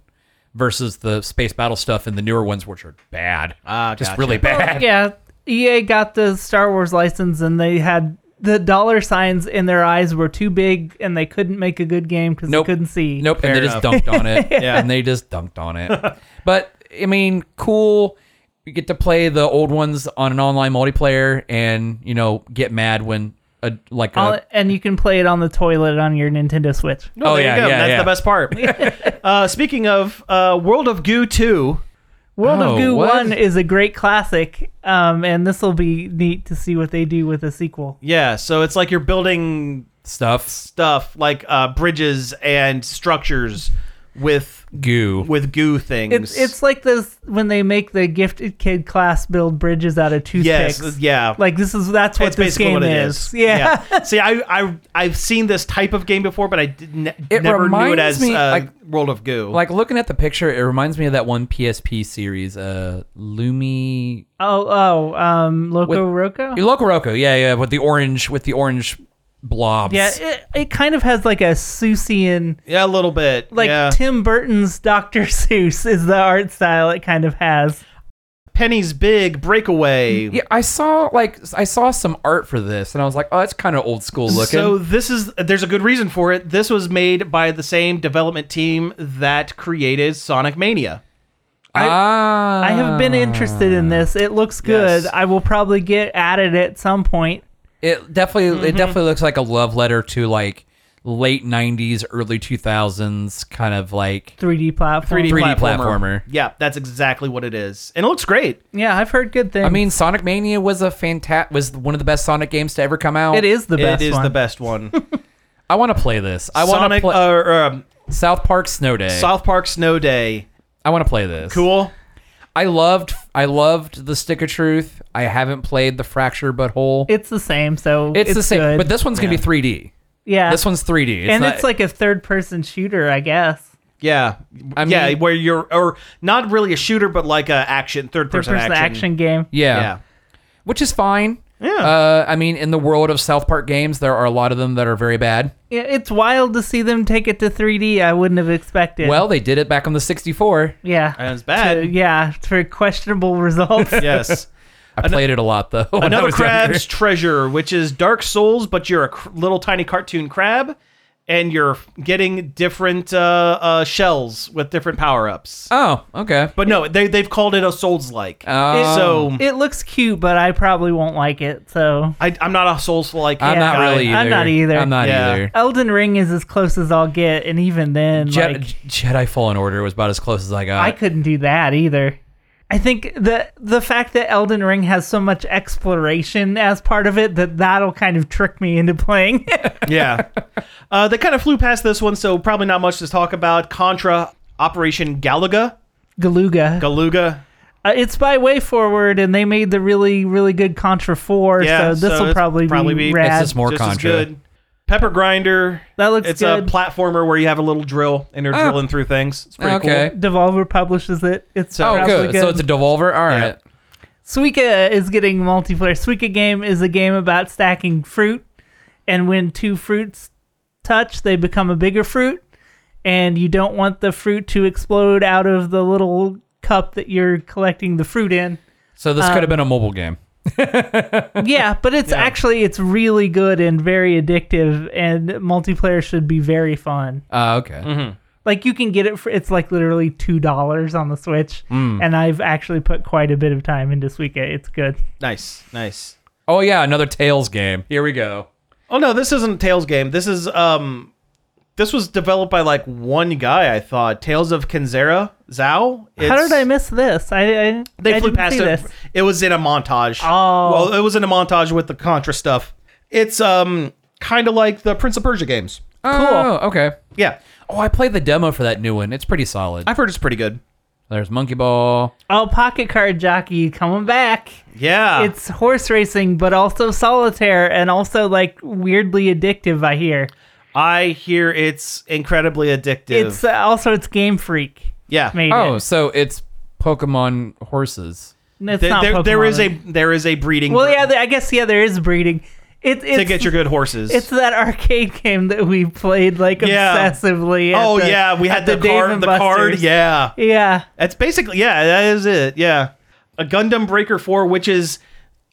Speaker 2: versus the space battle stuff in the newer ones, which are bad,
Speaker 1: Ah,
Speaker 2: just
Speaker 1: gotcha.
Speaker 2: really bad.
Speaker 4: yeah, EA got the Star Wars license and they had the dollar signs in their eyes were too big and they couldn't make a good game because
Speaker 2: Nope.
Speaker 4: they couldn't see.
Speaker 2: Nope,
Speaker 1: Fair
Speaker 2: and they
Speaker 1: enough.
Speaker 2: just dunked on it.
Speaker 1: Yeah.
Speaker 2: and they just dunked on it. But I mean, cool. You get to play the old ones on an online multiplayer, and you know, get mad when a like a,
Speaker 4: All- and you can play it on the toilet on your Nintendo Switch.
Speaker 1: No,
Speaker 2: Oh,
Speaker 1: there
Speaker 2: yeah,
Speaker 1: you go.
Speaker 2: yeah,
Speaker 1: That's
Speaker 2: yeah.
Speaker 1: the best part. uh, speaking of uh, World of Goo 2,
Speaker 4: World
Speaker 2: Oh,
Speaker 4: of Goo
Speaker 2: what?
Speaker 4: 1 is a great classic, um, and this will be neat to see what they do with a sequel.
Speaker 1: yeah, so it's like you're building
Speaker 2: stuff
Speaker 1: stuff like uh, bridges and structures with
Speaker 2: goo.
Speaker 1: with goo things.
Speaker 4: It's, it's like those when they make the gifted kid class build bridges out of toothpicks.
Speaker 1: yes, yeah.
Speaker 4: Like this is that's what
Speaker 1: it's
Speaker 4: this
Speaker 1: basically
Speaker 4: game
Speaker 1: what it
Speaker 4: is.
Speaker 1: is.
Speaker 4: Yeah.
Speaker 1: See, I I I've seen this type of game before, but I didn't never
Speaker 2: It
Speaker 1: knew it
Speaker 2: reminds
Speaker 1: as
Speaker 2: me,
Speaker 1: uh,
Speaker 2: like-
Speaker 1: World of Goo.
Speaker 2: Like looking at the picture, it reminds me of that one PSP series, uh, Lumi
Speaker 4: Oh, oh, um,
Speaker 2: with
Speaker 4: Loco Roco.
Speaker 2: Loco Roco, yeah, yeah, with the orange, with the orange blobs.
Speaker 4: Yeah, it, it kind of has like a Seussian,
Speaker 1: yeah, a little bit.
Speaker 4: like
Speaker 1: yeah.
Speaker 4: Tim Burton's Dr. Seuss is the art style it kind of has.
Speaker 1: Penny's Big Breakaway.
Speaker 2: yeah. I saw like I saw some art for this, and I was like, oh, that's kind of old school looking.
Speaker 1: So this is there's a good reason for it. This was made by the same development team that created Sonic Mania.
Speaker 2: ah,
Speaker 4: I have been interested in this. It looks good.
Speaker 1: Ah. Yes.
Speaker 4: I will probably get at it at some point.
Speaker 2: It definitely,
Speaker 4: Mm-hmm.
Speaker 2: it definitely looks like a love letter to like late '90s, early 2000s kind of like.
Speaker 4: 3D platform.
Speaker 2: 3D 3D platformer.
Speaker 1: Yeah, that's exactly what it is, and it looks great.
Speaker 4: Yeah, I've heard good things.
Speaker 2: I mean, Sonic Mania was a fantastic, was one of the best Sonic games to ever come out.
Speaker 4: it is the
Speaker 1: It is
Speaker 4: best
Speaker 1: the
Speaker 4: one.
Speaker 1: best one.
Speaker 2: I want to play this. I want to
Speaker 1: Sonic
Speaker 2: play
Speaker 1: uh, or, um,
Speaker 2: South Park Snow Day.
Speaker 1: South Park Snow Day.
Speaker 2: I want to play this.
Speaker 1: Cool.
Speaker 2: I loved I loved the Stick of Truth. I haven't played the Fracture Butthole.
Speaker 4: It's the same, so
Speaker 2: it's, the same,
Speaker 4: good.
Speaker 2: but this one's gonna be 3D.
Speaker 4: yeah,
Speaker 2: This one's 3D.
Speaker 4: and
Speaker 2: not-
Speaker 4: it's like a third-person shooter, I guess.
Speaker 1: Yeah,
Speaker 2: I
Speaker 1: yeah,
Speaker 2: mean-
Speaker 1: where you're or not really a shooter, but like a action third person
Speaker 4: Third-person action. game.
Speaker 2: yeah,
Speaker 1: Yeah,
Speaker 2: which is fine.
Speaker 1: Yeah.
Speaker 2: Uh, I mean, in the world of South Park games, there are a lot of them that are very bad.
Speaker 4: Yeah, it's wild to see them take it to 3D. I wouldn't have expected.
Speaker 2: Well, they did it back on the 64.
Speaker 4: yeah,
Speaker 1: and it's bad.
Speaker 4: Uh, yeah, for questionable results.
Speaker 1: Yes.
Speaker 2: I played it a lot though. when I
Speaker 1: Another
Speaker 2: was younger.
Speaker 1: crab's treasure, which is Dark Souls, but you're a cr- little tiny cartoon crab, and you're getting different uh, uh, shells with different power ups.
Speaker 2: Oh, okay.
Speaker 1: but no, they they've called it a Souls like.
Speaker 2: Oh.
Speaker 1: so
Speaker 4: It looks cute, but I probably won't like it. So
Speaker 1: I, I'm not a Souls like.
Speaker 2: I'm not
Speaker 1: guy.
Speaker 2: really. Either.
Speaker 4: I'm not either. Uh,
Speaker 2: I'm not
Speaker 1: Yeah.
Speaker 2: either.
Speaker 4: Elden Ring is as close as I'll get, and even then,
Speaker 2: Je-
Speaker 4: like
Speaker 2: Jedi Fallen Order was about as close as I got. Oh,
Speaker 4: I couldn't do that either. I think the the fact that Elden Ring has so much exploration as part of it that that'll kind of trick me into playing.
Speaker 1: yeah. Uh, they kind of flew past this one, so probably not much to talk about. Contra Operation Galaga.
Speaker 4: Galuga.
Speaker 1: Galuga.
Speaker 4: Uh, it's by WayForward, and they made the really really good Contra Four,
Speaker 1: Yeah,
Speaker 4: so this
Speaker 1: so
Speaker 4: will
Speaker 1: it's
Speaker 4: probably,
Speaker 1: probably be- It's
Speaker 4: be
Speaker 2: it's
Speaker 4: rad.
Speaker 2: just more
Speaker 1: just
Speaker 2: Contra.
Speaker 1: As good. Pepper Grinder.
Speaker 4: That looks
Speaker 1: It's
Speaker 4: good. Ah.
Speaker 1: a platformer where you have a little drill and you're drilling through things. It's pretty
Speaker 2: Okay.
Speaker 4: Devolver publishes it. It's
Speaker 2: Oh,
Speaker 4: probably
Speaker 2: good.
Speaker 4: good.
Speaker 2: So it's a Devolver. All right.
Speaker 4: Suika is getting multiplayer. Suika game is a game about stacking fruit, and when two fruits touch, they become a bigger fruit, and you don't want the fruit to explode out of the little cup that you're collecting the fruit in.
Speaker 2: So this
Speaker 4: Um,
Speaker 2: could have been a mobile game.
Speaker 4: Yeah, but it's actually it's really good and very addictive and multiplayer should be very fun.
Speaker 2: Uh, okay.
Speaker 4: Like you can get it for it's like literally two dollars on the Switch, and I've actually put quite a bit of time into Suika. It's good.
Speaker 1: Nice, nice.
Speaker 2: Oh yeah, another Tails game. Here we go.
Speaker 1: Oh no, this isn't Tails game. This is um this was developed by like one guy, I thought. Tales of Kenzera Zao.
Speaker 4: How
Speaker 1: It's-
Speaker 4: did I miss this? I, I
Speaker 1: They
Speaker 4: I
Speaker 1: flew
Speaker 4: didn't
Speaker 1: past
Speaker 4: see
Speaker 1: it.
Speaker 4: this.
Speaker 1: It was in a montage.
Speaker 4: Oh.
Speaker 1: Well, it was in a montage with the Contra stuff. It's um kind of like the Prince of Persia games.
Speaker 2: Oh, okay.
Speaker 1: Yeah.
Speaker 2: Oh, I played the demo for that new one. It's pretty solid.
Speaker 1: I've heard it's pretty good.
Speaker 2: There's Monkey Ball.
Speaker 4: Oh, Pocket Card Jockey coming back.
Speaker 1: Yeah.
Speaker 4: It's horse racing, but also solitaire, and also like weirdly addictive. I hear
Speaker 1: I hear it's incredibly addictive.
Speaker 4: it's uh, also it's Game Freak.
Speaker 1: yeah.
Speaker 4: Made
Speaker 2: Oh,
Speaker 4: it.
Speaker 2: so it's Pokemon horses.
Speaker 4: And it's
Speaker 1: There-
Speaker 4: not
Speaker 1: there- there
Speaker 4: Pokemon.
Speaker 1: is a there is a breeding
Speaker 4: well,
Speaker 1: gr-
Speaker 4: yeah. I guess yeah, there is breeding. It, it's
Speaker 1: to get your good horses.
Speaker 4: It's that arcade game that we played like
Speaker 1: Yeah.
Speaker 4: obsessively. at
Speaker 1: oh
Speaker 4: the-
Speaker 1: yeah, we
Speaker 4: at
Speaker 1: had the,
Speaker 4: Dave
Speaker 1: card
Speaker 4: and
Speaker 1: the card.
Speaker 4: Buster's.
Speaker 1: Yeah.
Speaker 4: yeah.
Speaker 1: That's basically yeah, that is it. Yeah. A Gundam Breaker 4 which is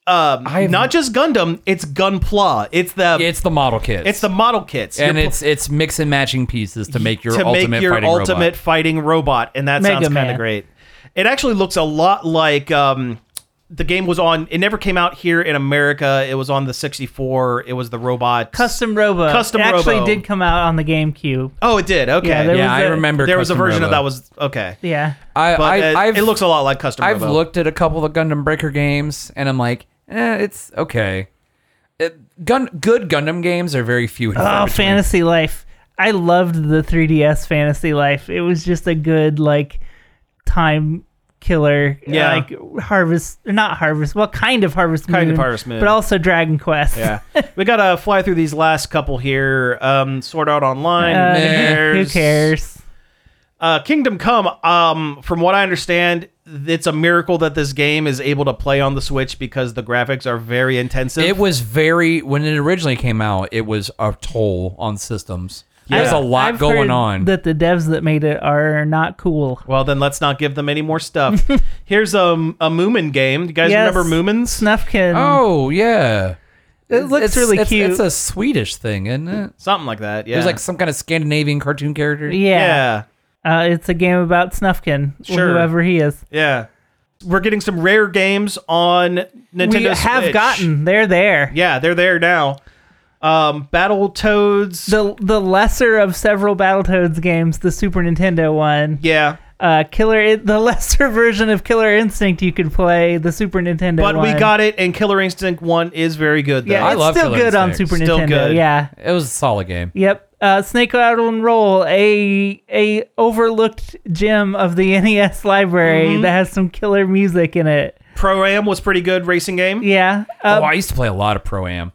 Speaker 1: um
Speaker 2: I've-
Speaker 1: not just Gundam, it's Gunpla. It's the
Speaker 2: It's the model kits.
Speaker 1: it's the model kits.
Speaker 2: and
Speaker 1: Your pl-
Speaker 2: it's it's mix and matching pieces to make your
Speaker 1: to
Speaker 2: ultimate
Speaker 1: make your
Speaker 2: fighting
Speaker 1: ultimate
Speaker 2: robot.
Speaker 1: fighting robot, and that
Speaker 4: Mega
Speaker 1: sounds kind of
Speaker 4: Man.
Speaker 1: great. It actually looks a lot like um, the game was on. It never came out here in America. It was on the 64. It was the robot
Speaker 4: Custom Robo.
Speaker 1: Custom
Speaker 4: it actually
Speaker 1: Robo.
Speaker 4: did come out on the GameCube.
Speaker 1: Oh, it did. Okay,
Speaker 4: Yeah,
Speaker 1: there,
Speaker 4: there
Speaker 2: Yeah,
Speaker 4: was
Speaker 2: I
Speaker 4: a-
Speaker 2: remember
Speaker 1: was a
Speaker 2: Custom
Speaker 1: version of
Speaker 2: Robo.
Speaker 1: that was okay.
Speaker 4: Yeah.
Speaker 2: I,
Speaker 1: But it,
Speaker 2: I, I've,
Speaker 1: it looks a lot like Custom
Speaker 2: I've
Speaker 1: Robo.
Speaker 2: looked at a couple of the Gundam Breaker games, and I'm like, eh, it's okay. It, gun good Gundam games are very few. And far
Speaker 1: Ah,
Speaker 4: Oh,
Speaker 2: between.
Speaker 4: Fantasy Life. I loved the 3DS Fantasy Life. It was just a good like time killer.
Speaker 1: Yeah.
Speaker 4: Like Harvest, not Harvest. Well, kind of Harvest Moon.
Speaker 1: Kind of Harvest Moon.
Speaker 4: But also Dragon Quest.
Speaker 1: yeah, we gotta fly through these last couple here. Um, sort out online.
Speaker 4: Uh, who
Speaker 2: There's-
Speaker 4: cares?
Speaker 1: Uh, Kingdom Come, um, from what I understand, it's a miracle that this game is able to play on the Switch because the graphics are very intensive.
Speaker 2: It was very when it originally came out. It was a toll on systems. There's a lot
Speaker 4: I've
Speaker 2: going
Speaker 4: heard
Speaker 2: on.
Speaker 4: That the devs that made it are not cool.
Speaker 1: well, then let's not give them any more stuff. Here's um, a Moomin game. You guys
Speaker 4: Yes.
Speaker 1: remember Moomins?
Speaker 4: Snufkin.
Speaker 2: oh yeah,
Speaker 4: um, it looks
Speaker 2: it's,
Speaker 4: really
Speaker 2: it's-
Speaker 4: cute.
Speaker 2: It's a Swedish thing, isn't it?
Speaker 1: Something like that. Yeah.
Speaker 2: There's like some kind of Scandinavian cartoon character.
Speaker 4: yeah.
Speaker 1: yeah.
Speaker 4: Uh, it's a game about Snufkin,
Speaker 1: Sure.
Speaker 4: whoever he is.
Speaker 1: Yeah. We're getting some rare games on Nintendo
Speaker 4: we have
Speaker 1: Switch.
Speaker 4: gotten. They're there.
Speaker 1: Yeah, they're there now. Um, Battletoads.
Speaker 4: The the lesser of several Battletoads games, the Super Nintendo one.
Speaker 1: yeah.
Speaker 4: Uh, Killer the lesser version of Killer Instinct you could play, the Super Nintendo
Speaker 1: But we
Speaker 4: one.
Speaker 1: got it, and Killer Instinct 1 is very good, though.
Speaker 4: yeah,
Speaker 2: I
Speaker 4: it's
Speaker 2: love
Speaker 4: still
Speaker 2: Killer
Speaker 4: good on
Speaker 2: Instinct.
Speaker 4: Super
Speaker 1: Still
Speaker 4: Nintendo.
Speaker 1: good.
Speaker 4: Yeah.
Speaker 2: It was a solid game.
Speaker 4: Yep. Uh, Snake Rattle and Roll, a a overlooked gem of the NES library
Speaker 1: Mm-hmm.
Speaker 4: that has some killer music in it.
Speaker 1: Pro Am was pretty good racing game.
Speaker 4: Yeah. Uh,
Speaker 2: oh, I used to play a lot of Pro Am.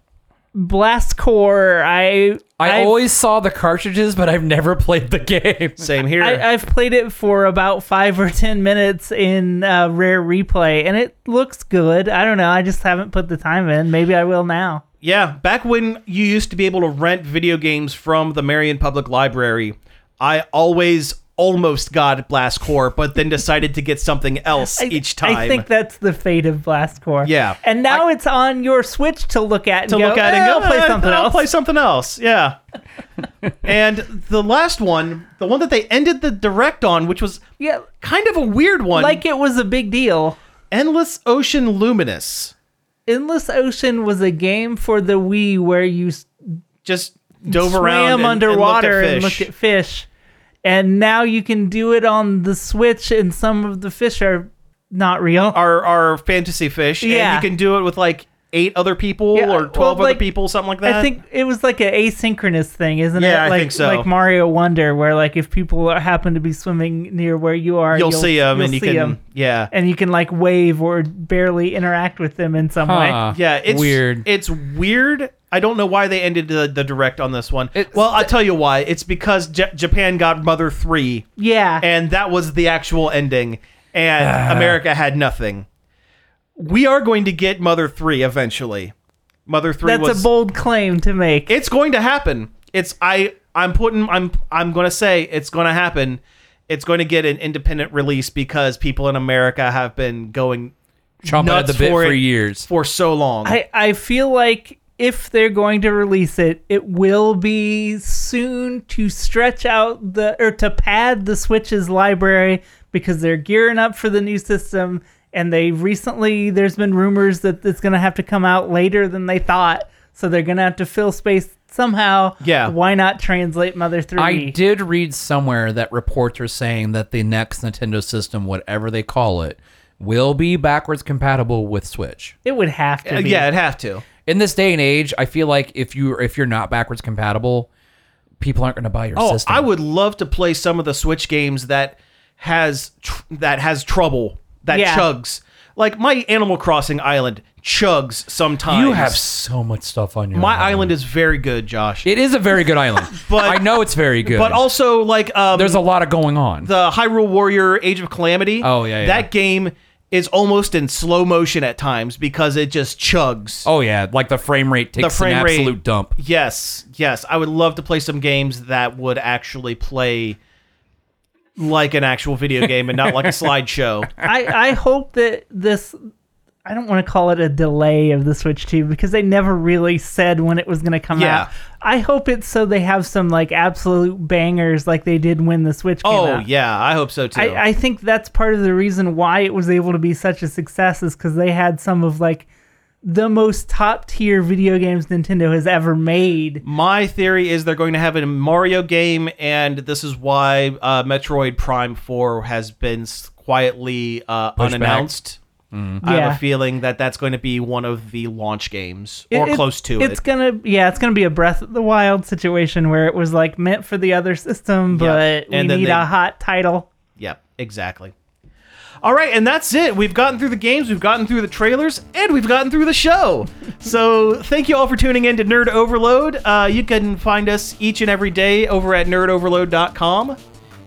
Speaker 4: Blast Core. I
Speaker 2: I
Speaker 4: I've-
Speaker 2: always saw the cartridges, but I've never played the game.
Speaker 1: Same here.
Speaker 4: I, I've played it for about five or ten minutes in uh, rare replay, and it looks good. I don't know. I just haven't put the time in. Maybe I will now.
Speaker 1: Yeah, back when you used to be able to rent video games from the Marion Public Library, I always almost got Blast Core, but then decided to get something else
Speaker 4: I-
Speaker 1: each time.
Speaker 4: I think that's the fate of Blast Core.
Speaker 1: Yeah.
Speaker 4: And now it's on your Switch to look at. And
Speaker 1: to
Speaker 4: go,
Speaker 1: look at it and
Speaker 4: "Eh,
Speaker 1: go,
Speaker 4: I'll play
Speaker 1: "Eh,
Speaker 4: something
Speaker 1: I'll
Speaker 4: else.
Speaker 1: play something else. Yeah. and the last one, the one that they ended the direct on, which was
Speaker 4: yeah.
Speaker 1: kind of a weird one,
Speaker 4: Like it was a big deal.
Speaker 1: Endless Ocean Luminous.
Speaker 4: Endless Ocean was a game for the Wii where you s-
Speaker 1: Just dove around
Speaker 4: swam
Speaker 1: and-
Speaker 4: underwater
Speaker 1: and
Speaker 4: and
Speaker 1: looked at fish.
Speaker 4: fish. And now you can do it on the Switch, and some of the fish are not real.
Speaker 1: our our fantasy fish.
Speaker 4: Yeah.
Speaker 1: and you can do it with like eight other people
Speaker 4: Yeah,
Speaker 1: or
Speaker 4: well,
Speaker 1: twelve other
Speaker 4: like,
Speaker 1: people, something like that.
Speaker 4: I think it was like an asynchronous thing, isn't
Speaker 1: Yeah, I
Speaker 4: it? Like,
Speaker 1: think so.
Speaker 4: Like Mario Wonder, where like if people are- happen to be swimming near where you are,
Speaker 1: you'll, see them and you
Speaker 4: see
Speaker 1: can
Speaker 4: 'em.
Speaker 1: yeah
Speaker 4: and you can like wave or barely interact with them in some
Speaker 2: Huh.
Speaker 4: way.
Speaker 1: yeah it's
Speaker 2: Weird.
Speaker 1: It's weird. I don't know why they ended the, the direct on this one.
Speaker 2: It's-
Speaker 1: well, I'll tell you why. It's because J- Japan got Mother Three,
Speaker 4: Yeah,
Speaker 1: and that was the actual ending, and America had nothing. We are going to get Mother Three eventually. Mother Three
Speaker 4: that's
Speaker 1: was
Speaker 4: a bold claim to make.
Speaker 1: it's going to happen. It's I I'm putting I'm I'm going to say it's going to happen. It's going to get an independent release because people in America have been going
Speaker 2: Chomping at
Speaker 1: nuts
Speaker 2: the bit
Speaker 1: for
Speaker 2: for,
Speaker 1: it.
Speaker 2: years.
Speaker 1: for so long.
Speaker 4: I I feel like if they're going to release it, it will be soon to stretch out the or to pad the Switch's library because they're gearing up for the new system. And they recently, there's been rumors that it's going to have to come out later than they thought. So they're going to have to fill space somehow.
Speaker 1: Yeah.
Speaker 4: Why not translate Mother 3?
Speaker 2: I did read somewhere that reports are saying that the next Nintendo system, whatever they call it, will be backwards compatible with Switch.
Speaker 4: It would have to
Speaker 1: Uh,
Speaker 4: be.
Speaker 1: yeah, it'd have to.
Speaker 2: In this day and age, I feel like if you if you're not backwards compatible, people aren't going to buy your
Speaker 1: Oh,
Speaker 2: system.
Speaker 1: I would love to play some of the Switch games that has tr- that has trouble that
Speaker 4: Yeah.
Speaker 1: chugs. Like my Animal Crossing island chugs sometimes.
Speaker 2: You have so much stuff on your
Speaker 1: my island is very good, Josh.
Speaker 2: It is a very good island,
Speaker 1: But-
Speaker 2: but I know it's very good.
Speaker 1: but also like um,
Speaker 2: there's a lot of going on.
Speaker 1: the Hyrule Warrior Age of Calamity.
Speaker 2: Oh, yeah, yeah.
Speaker 1: that game is almost in slow motion at times because it just chugs.
Speaker 2: oh yeah, like the frame rate takes
Speaker 1: frame
Speaker 2: an
Speaker 1: rate-
Speaker 2: absolute dump.
Speaker 1: Yes, yes. I would love to play some games that would actually play like an actual video game and not like a slideshow.
Speaker 4: I, I hope that this I don't want to call it a delay of the Switch 2 because they never really said when it was going to come
Speaker 1: Yeah.
Speaker 4: out. I hope it's so they have some like absolute bangers like they did when the Switch came
Speaker 1: Oh
Speaker 4: out.
Speaker 1: yeah, I hope so too.
Speaker 4: uh, I, I think that's part of the reason why it was able to be such a success is because they had some of like the most top tier video games Nintendo has ever made.
Speaker 1: My theory is they're going to have a Mario game, and this is why uh, Metroid Prime Four has been s- quietly uh,
Speaker 2: Pushed
Speaker 1: unannounced. I have
Speaker 4: Yeah.
Speaker 1: a feeling that that's going to be one of the launch games or
Speaker 4: It- it-
Speaker 1: close to
Speaker 4: it's
Speaker 1: it.
Speaker 4: gonna yeah it's gonna be a breath of the wild situation where it was like meant for the other system
Speaker 1: Yeah.
Speaker 4: but we
Speaker 1: And then
Speaker 4: need
Speaker 1: they-
Speaker 4: a hot title
Speaker 1: Yep, exactly. All right, and that's it. We've gotten through the games, we've gotten through the trailers, and we've gotten through the show. So thank you all for tuning in to Nerd Overload. Uh, you can find us each and every day over at nerdoverload.com.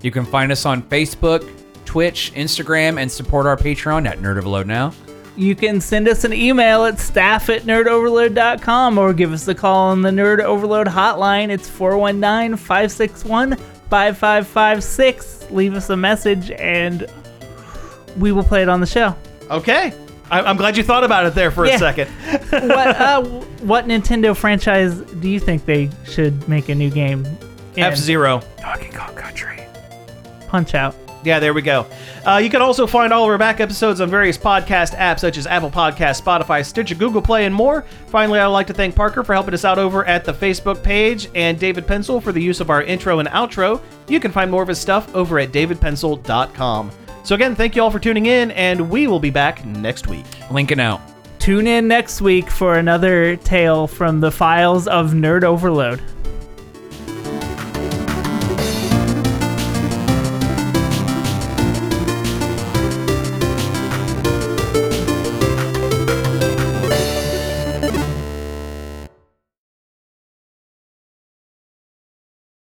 Speaker 2: You can find us on Facebook, Twitch, Instagram, and support our Patreon at Nerd of Load Now.
Speaker 4: you can send us an email at staff at nerdoverload.com or give us a call on the nerd overload hotline it's 419-561-5556 leave us a message and we will play it on the show
Speaker 1: Okay. I- I'm glad you thought about it there for a
Speaker 4: Yeah.
Speaker 1: second.
Speaker 4: what uh, what nintendo franchise do you think they should make a new game in?
Speaker 1: F Zero.
Speaker 4: punch out
Speaker 1: Yeah, there we go. Uh, you can also find all of our back episodes on various podcast apps such as Apple Podcasts, Spotify, Stitcher, Google Play, and more. Finally, I'd like to thank Parker for helping us out over at the Facebook page and David Pencil for the use of our intro and outro. You can find more of his stuff over at davidpencil.com. So, again, thank you all for tuning in, and we will be back next week.
Speaker 2: Linking out.
Speaker 4: Tune in next week for another tale from the files of Nerd Overload.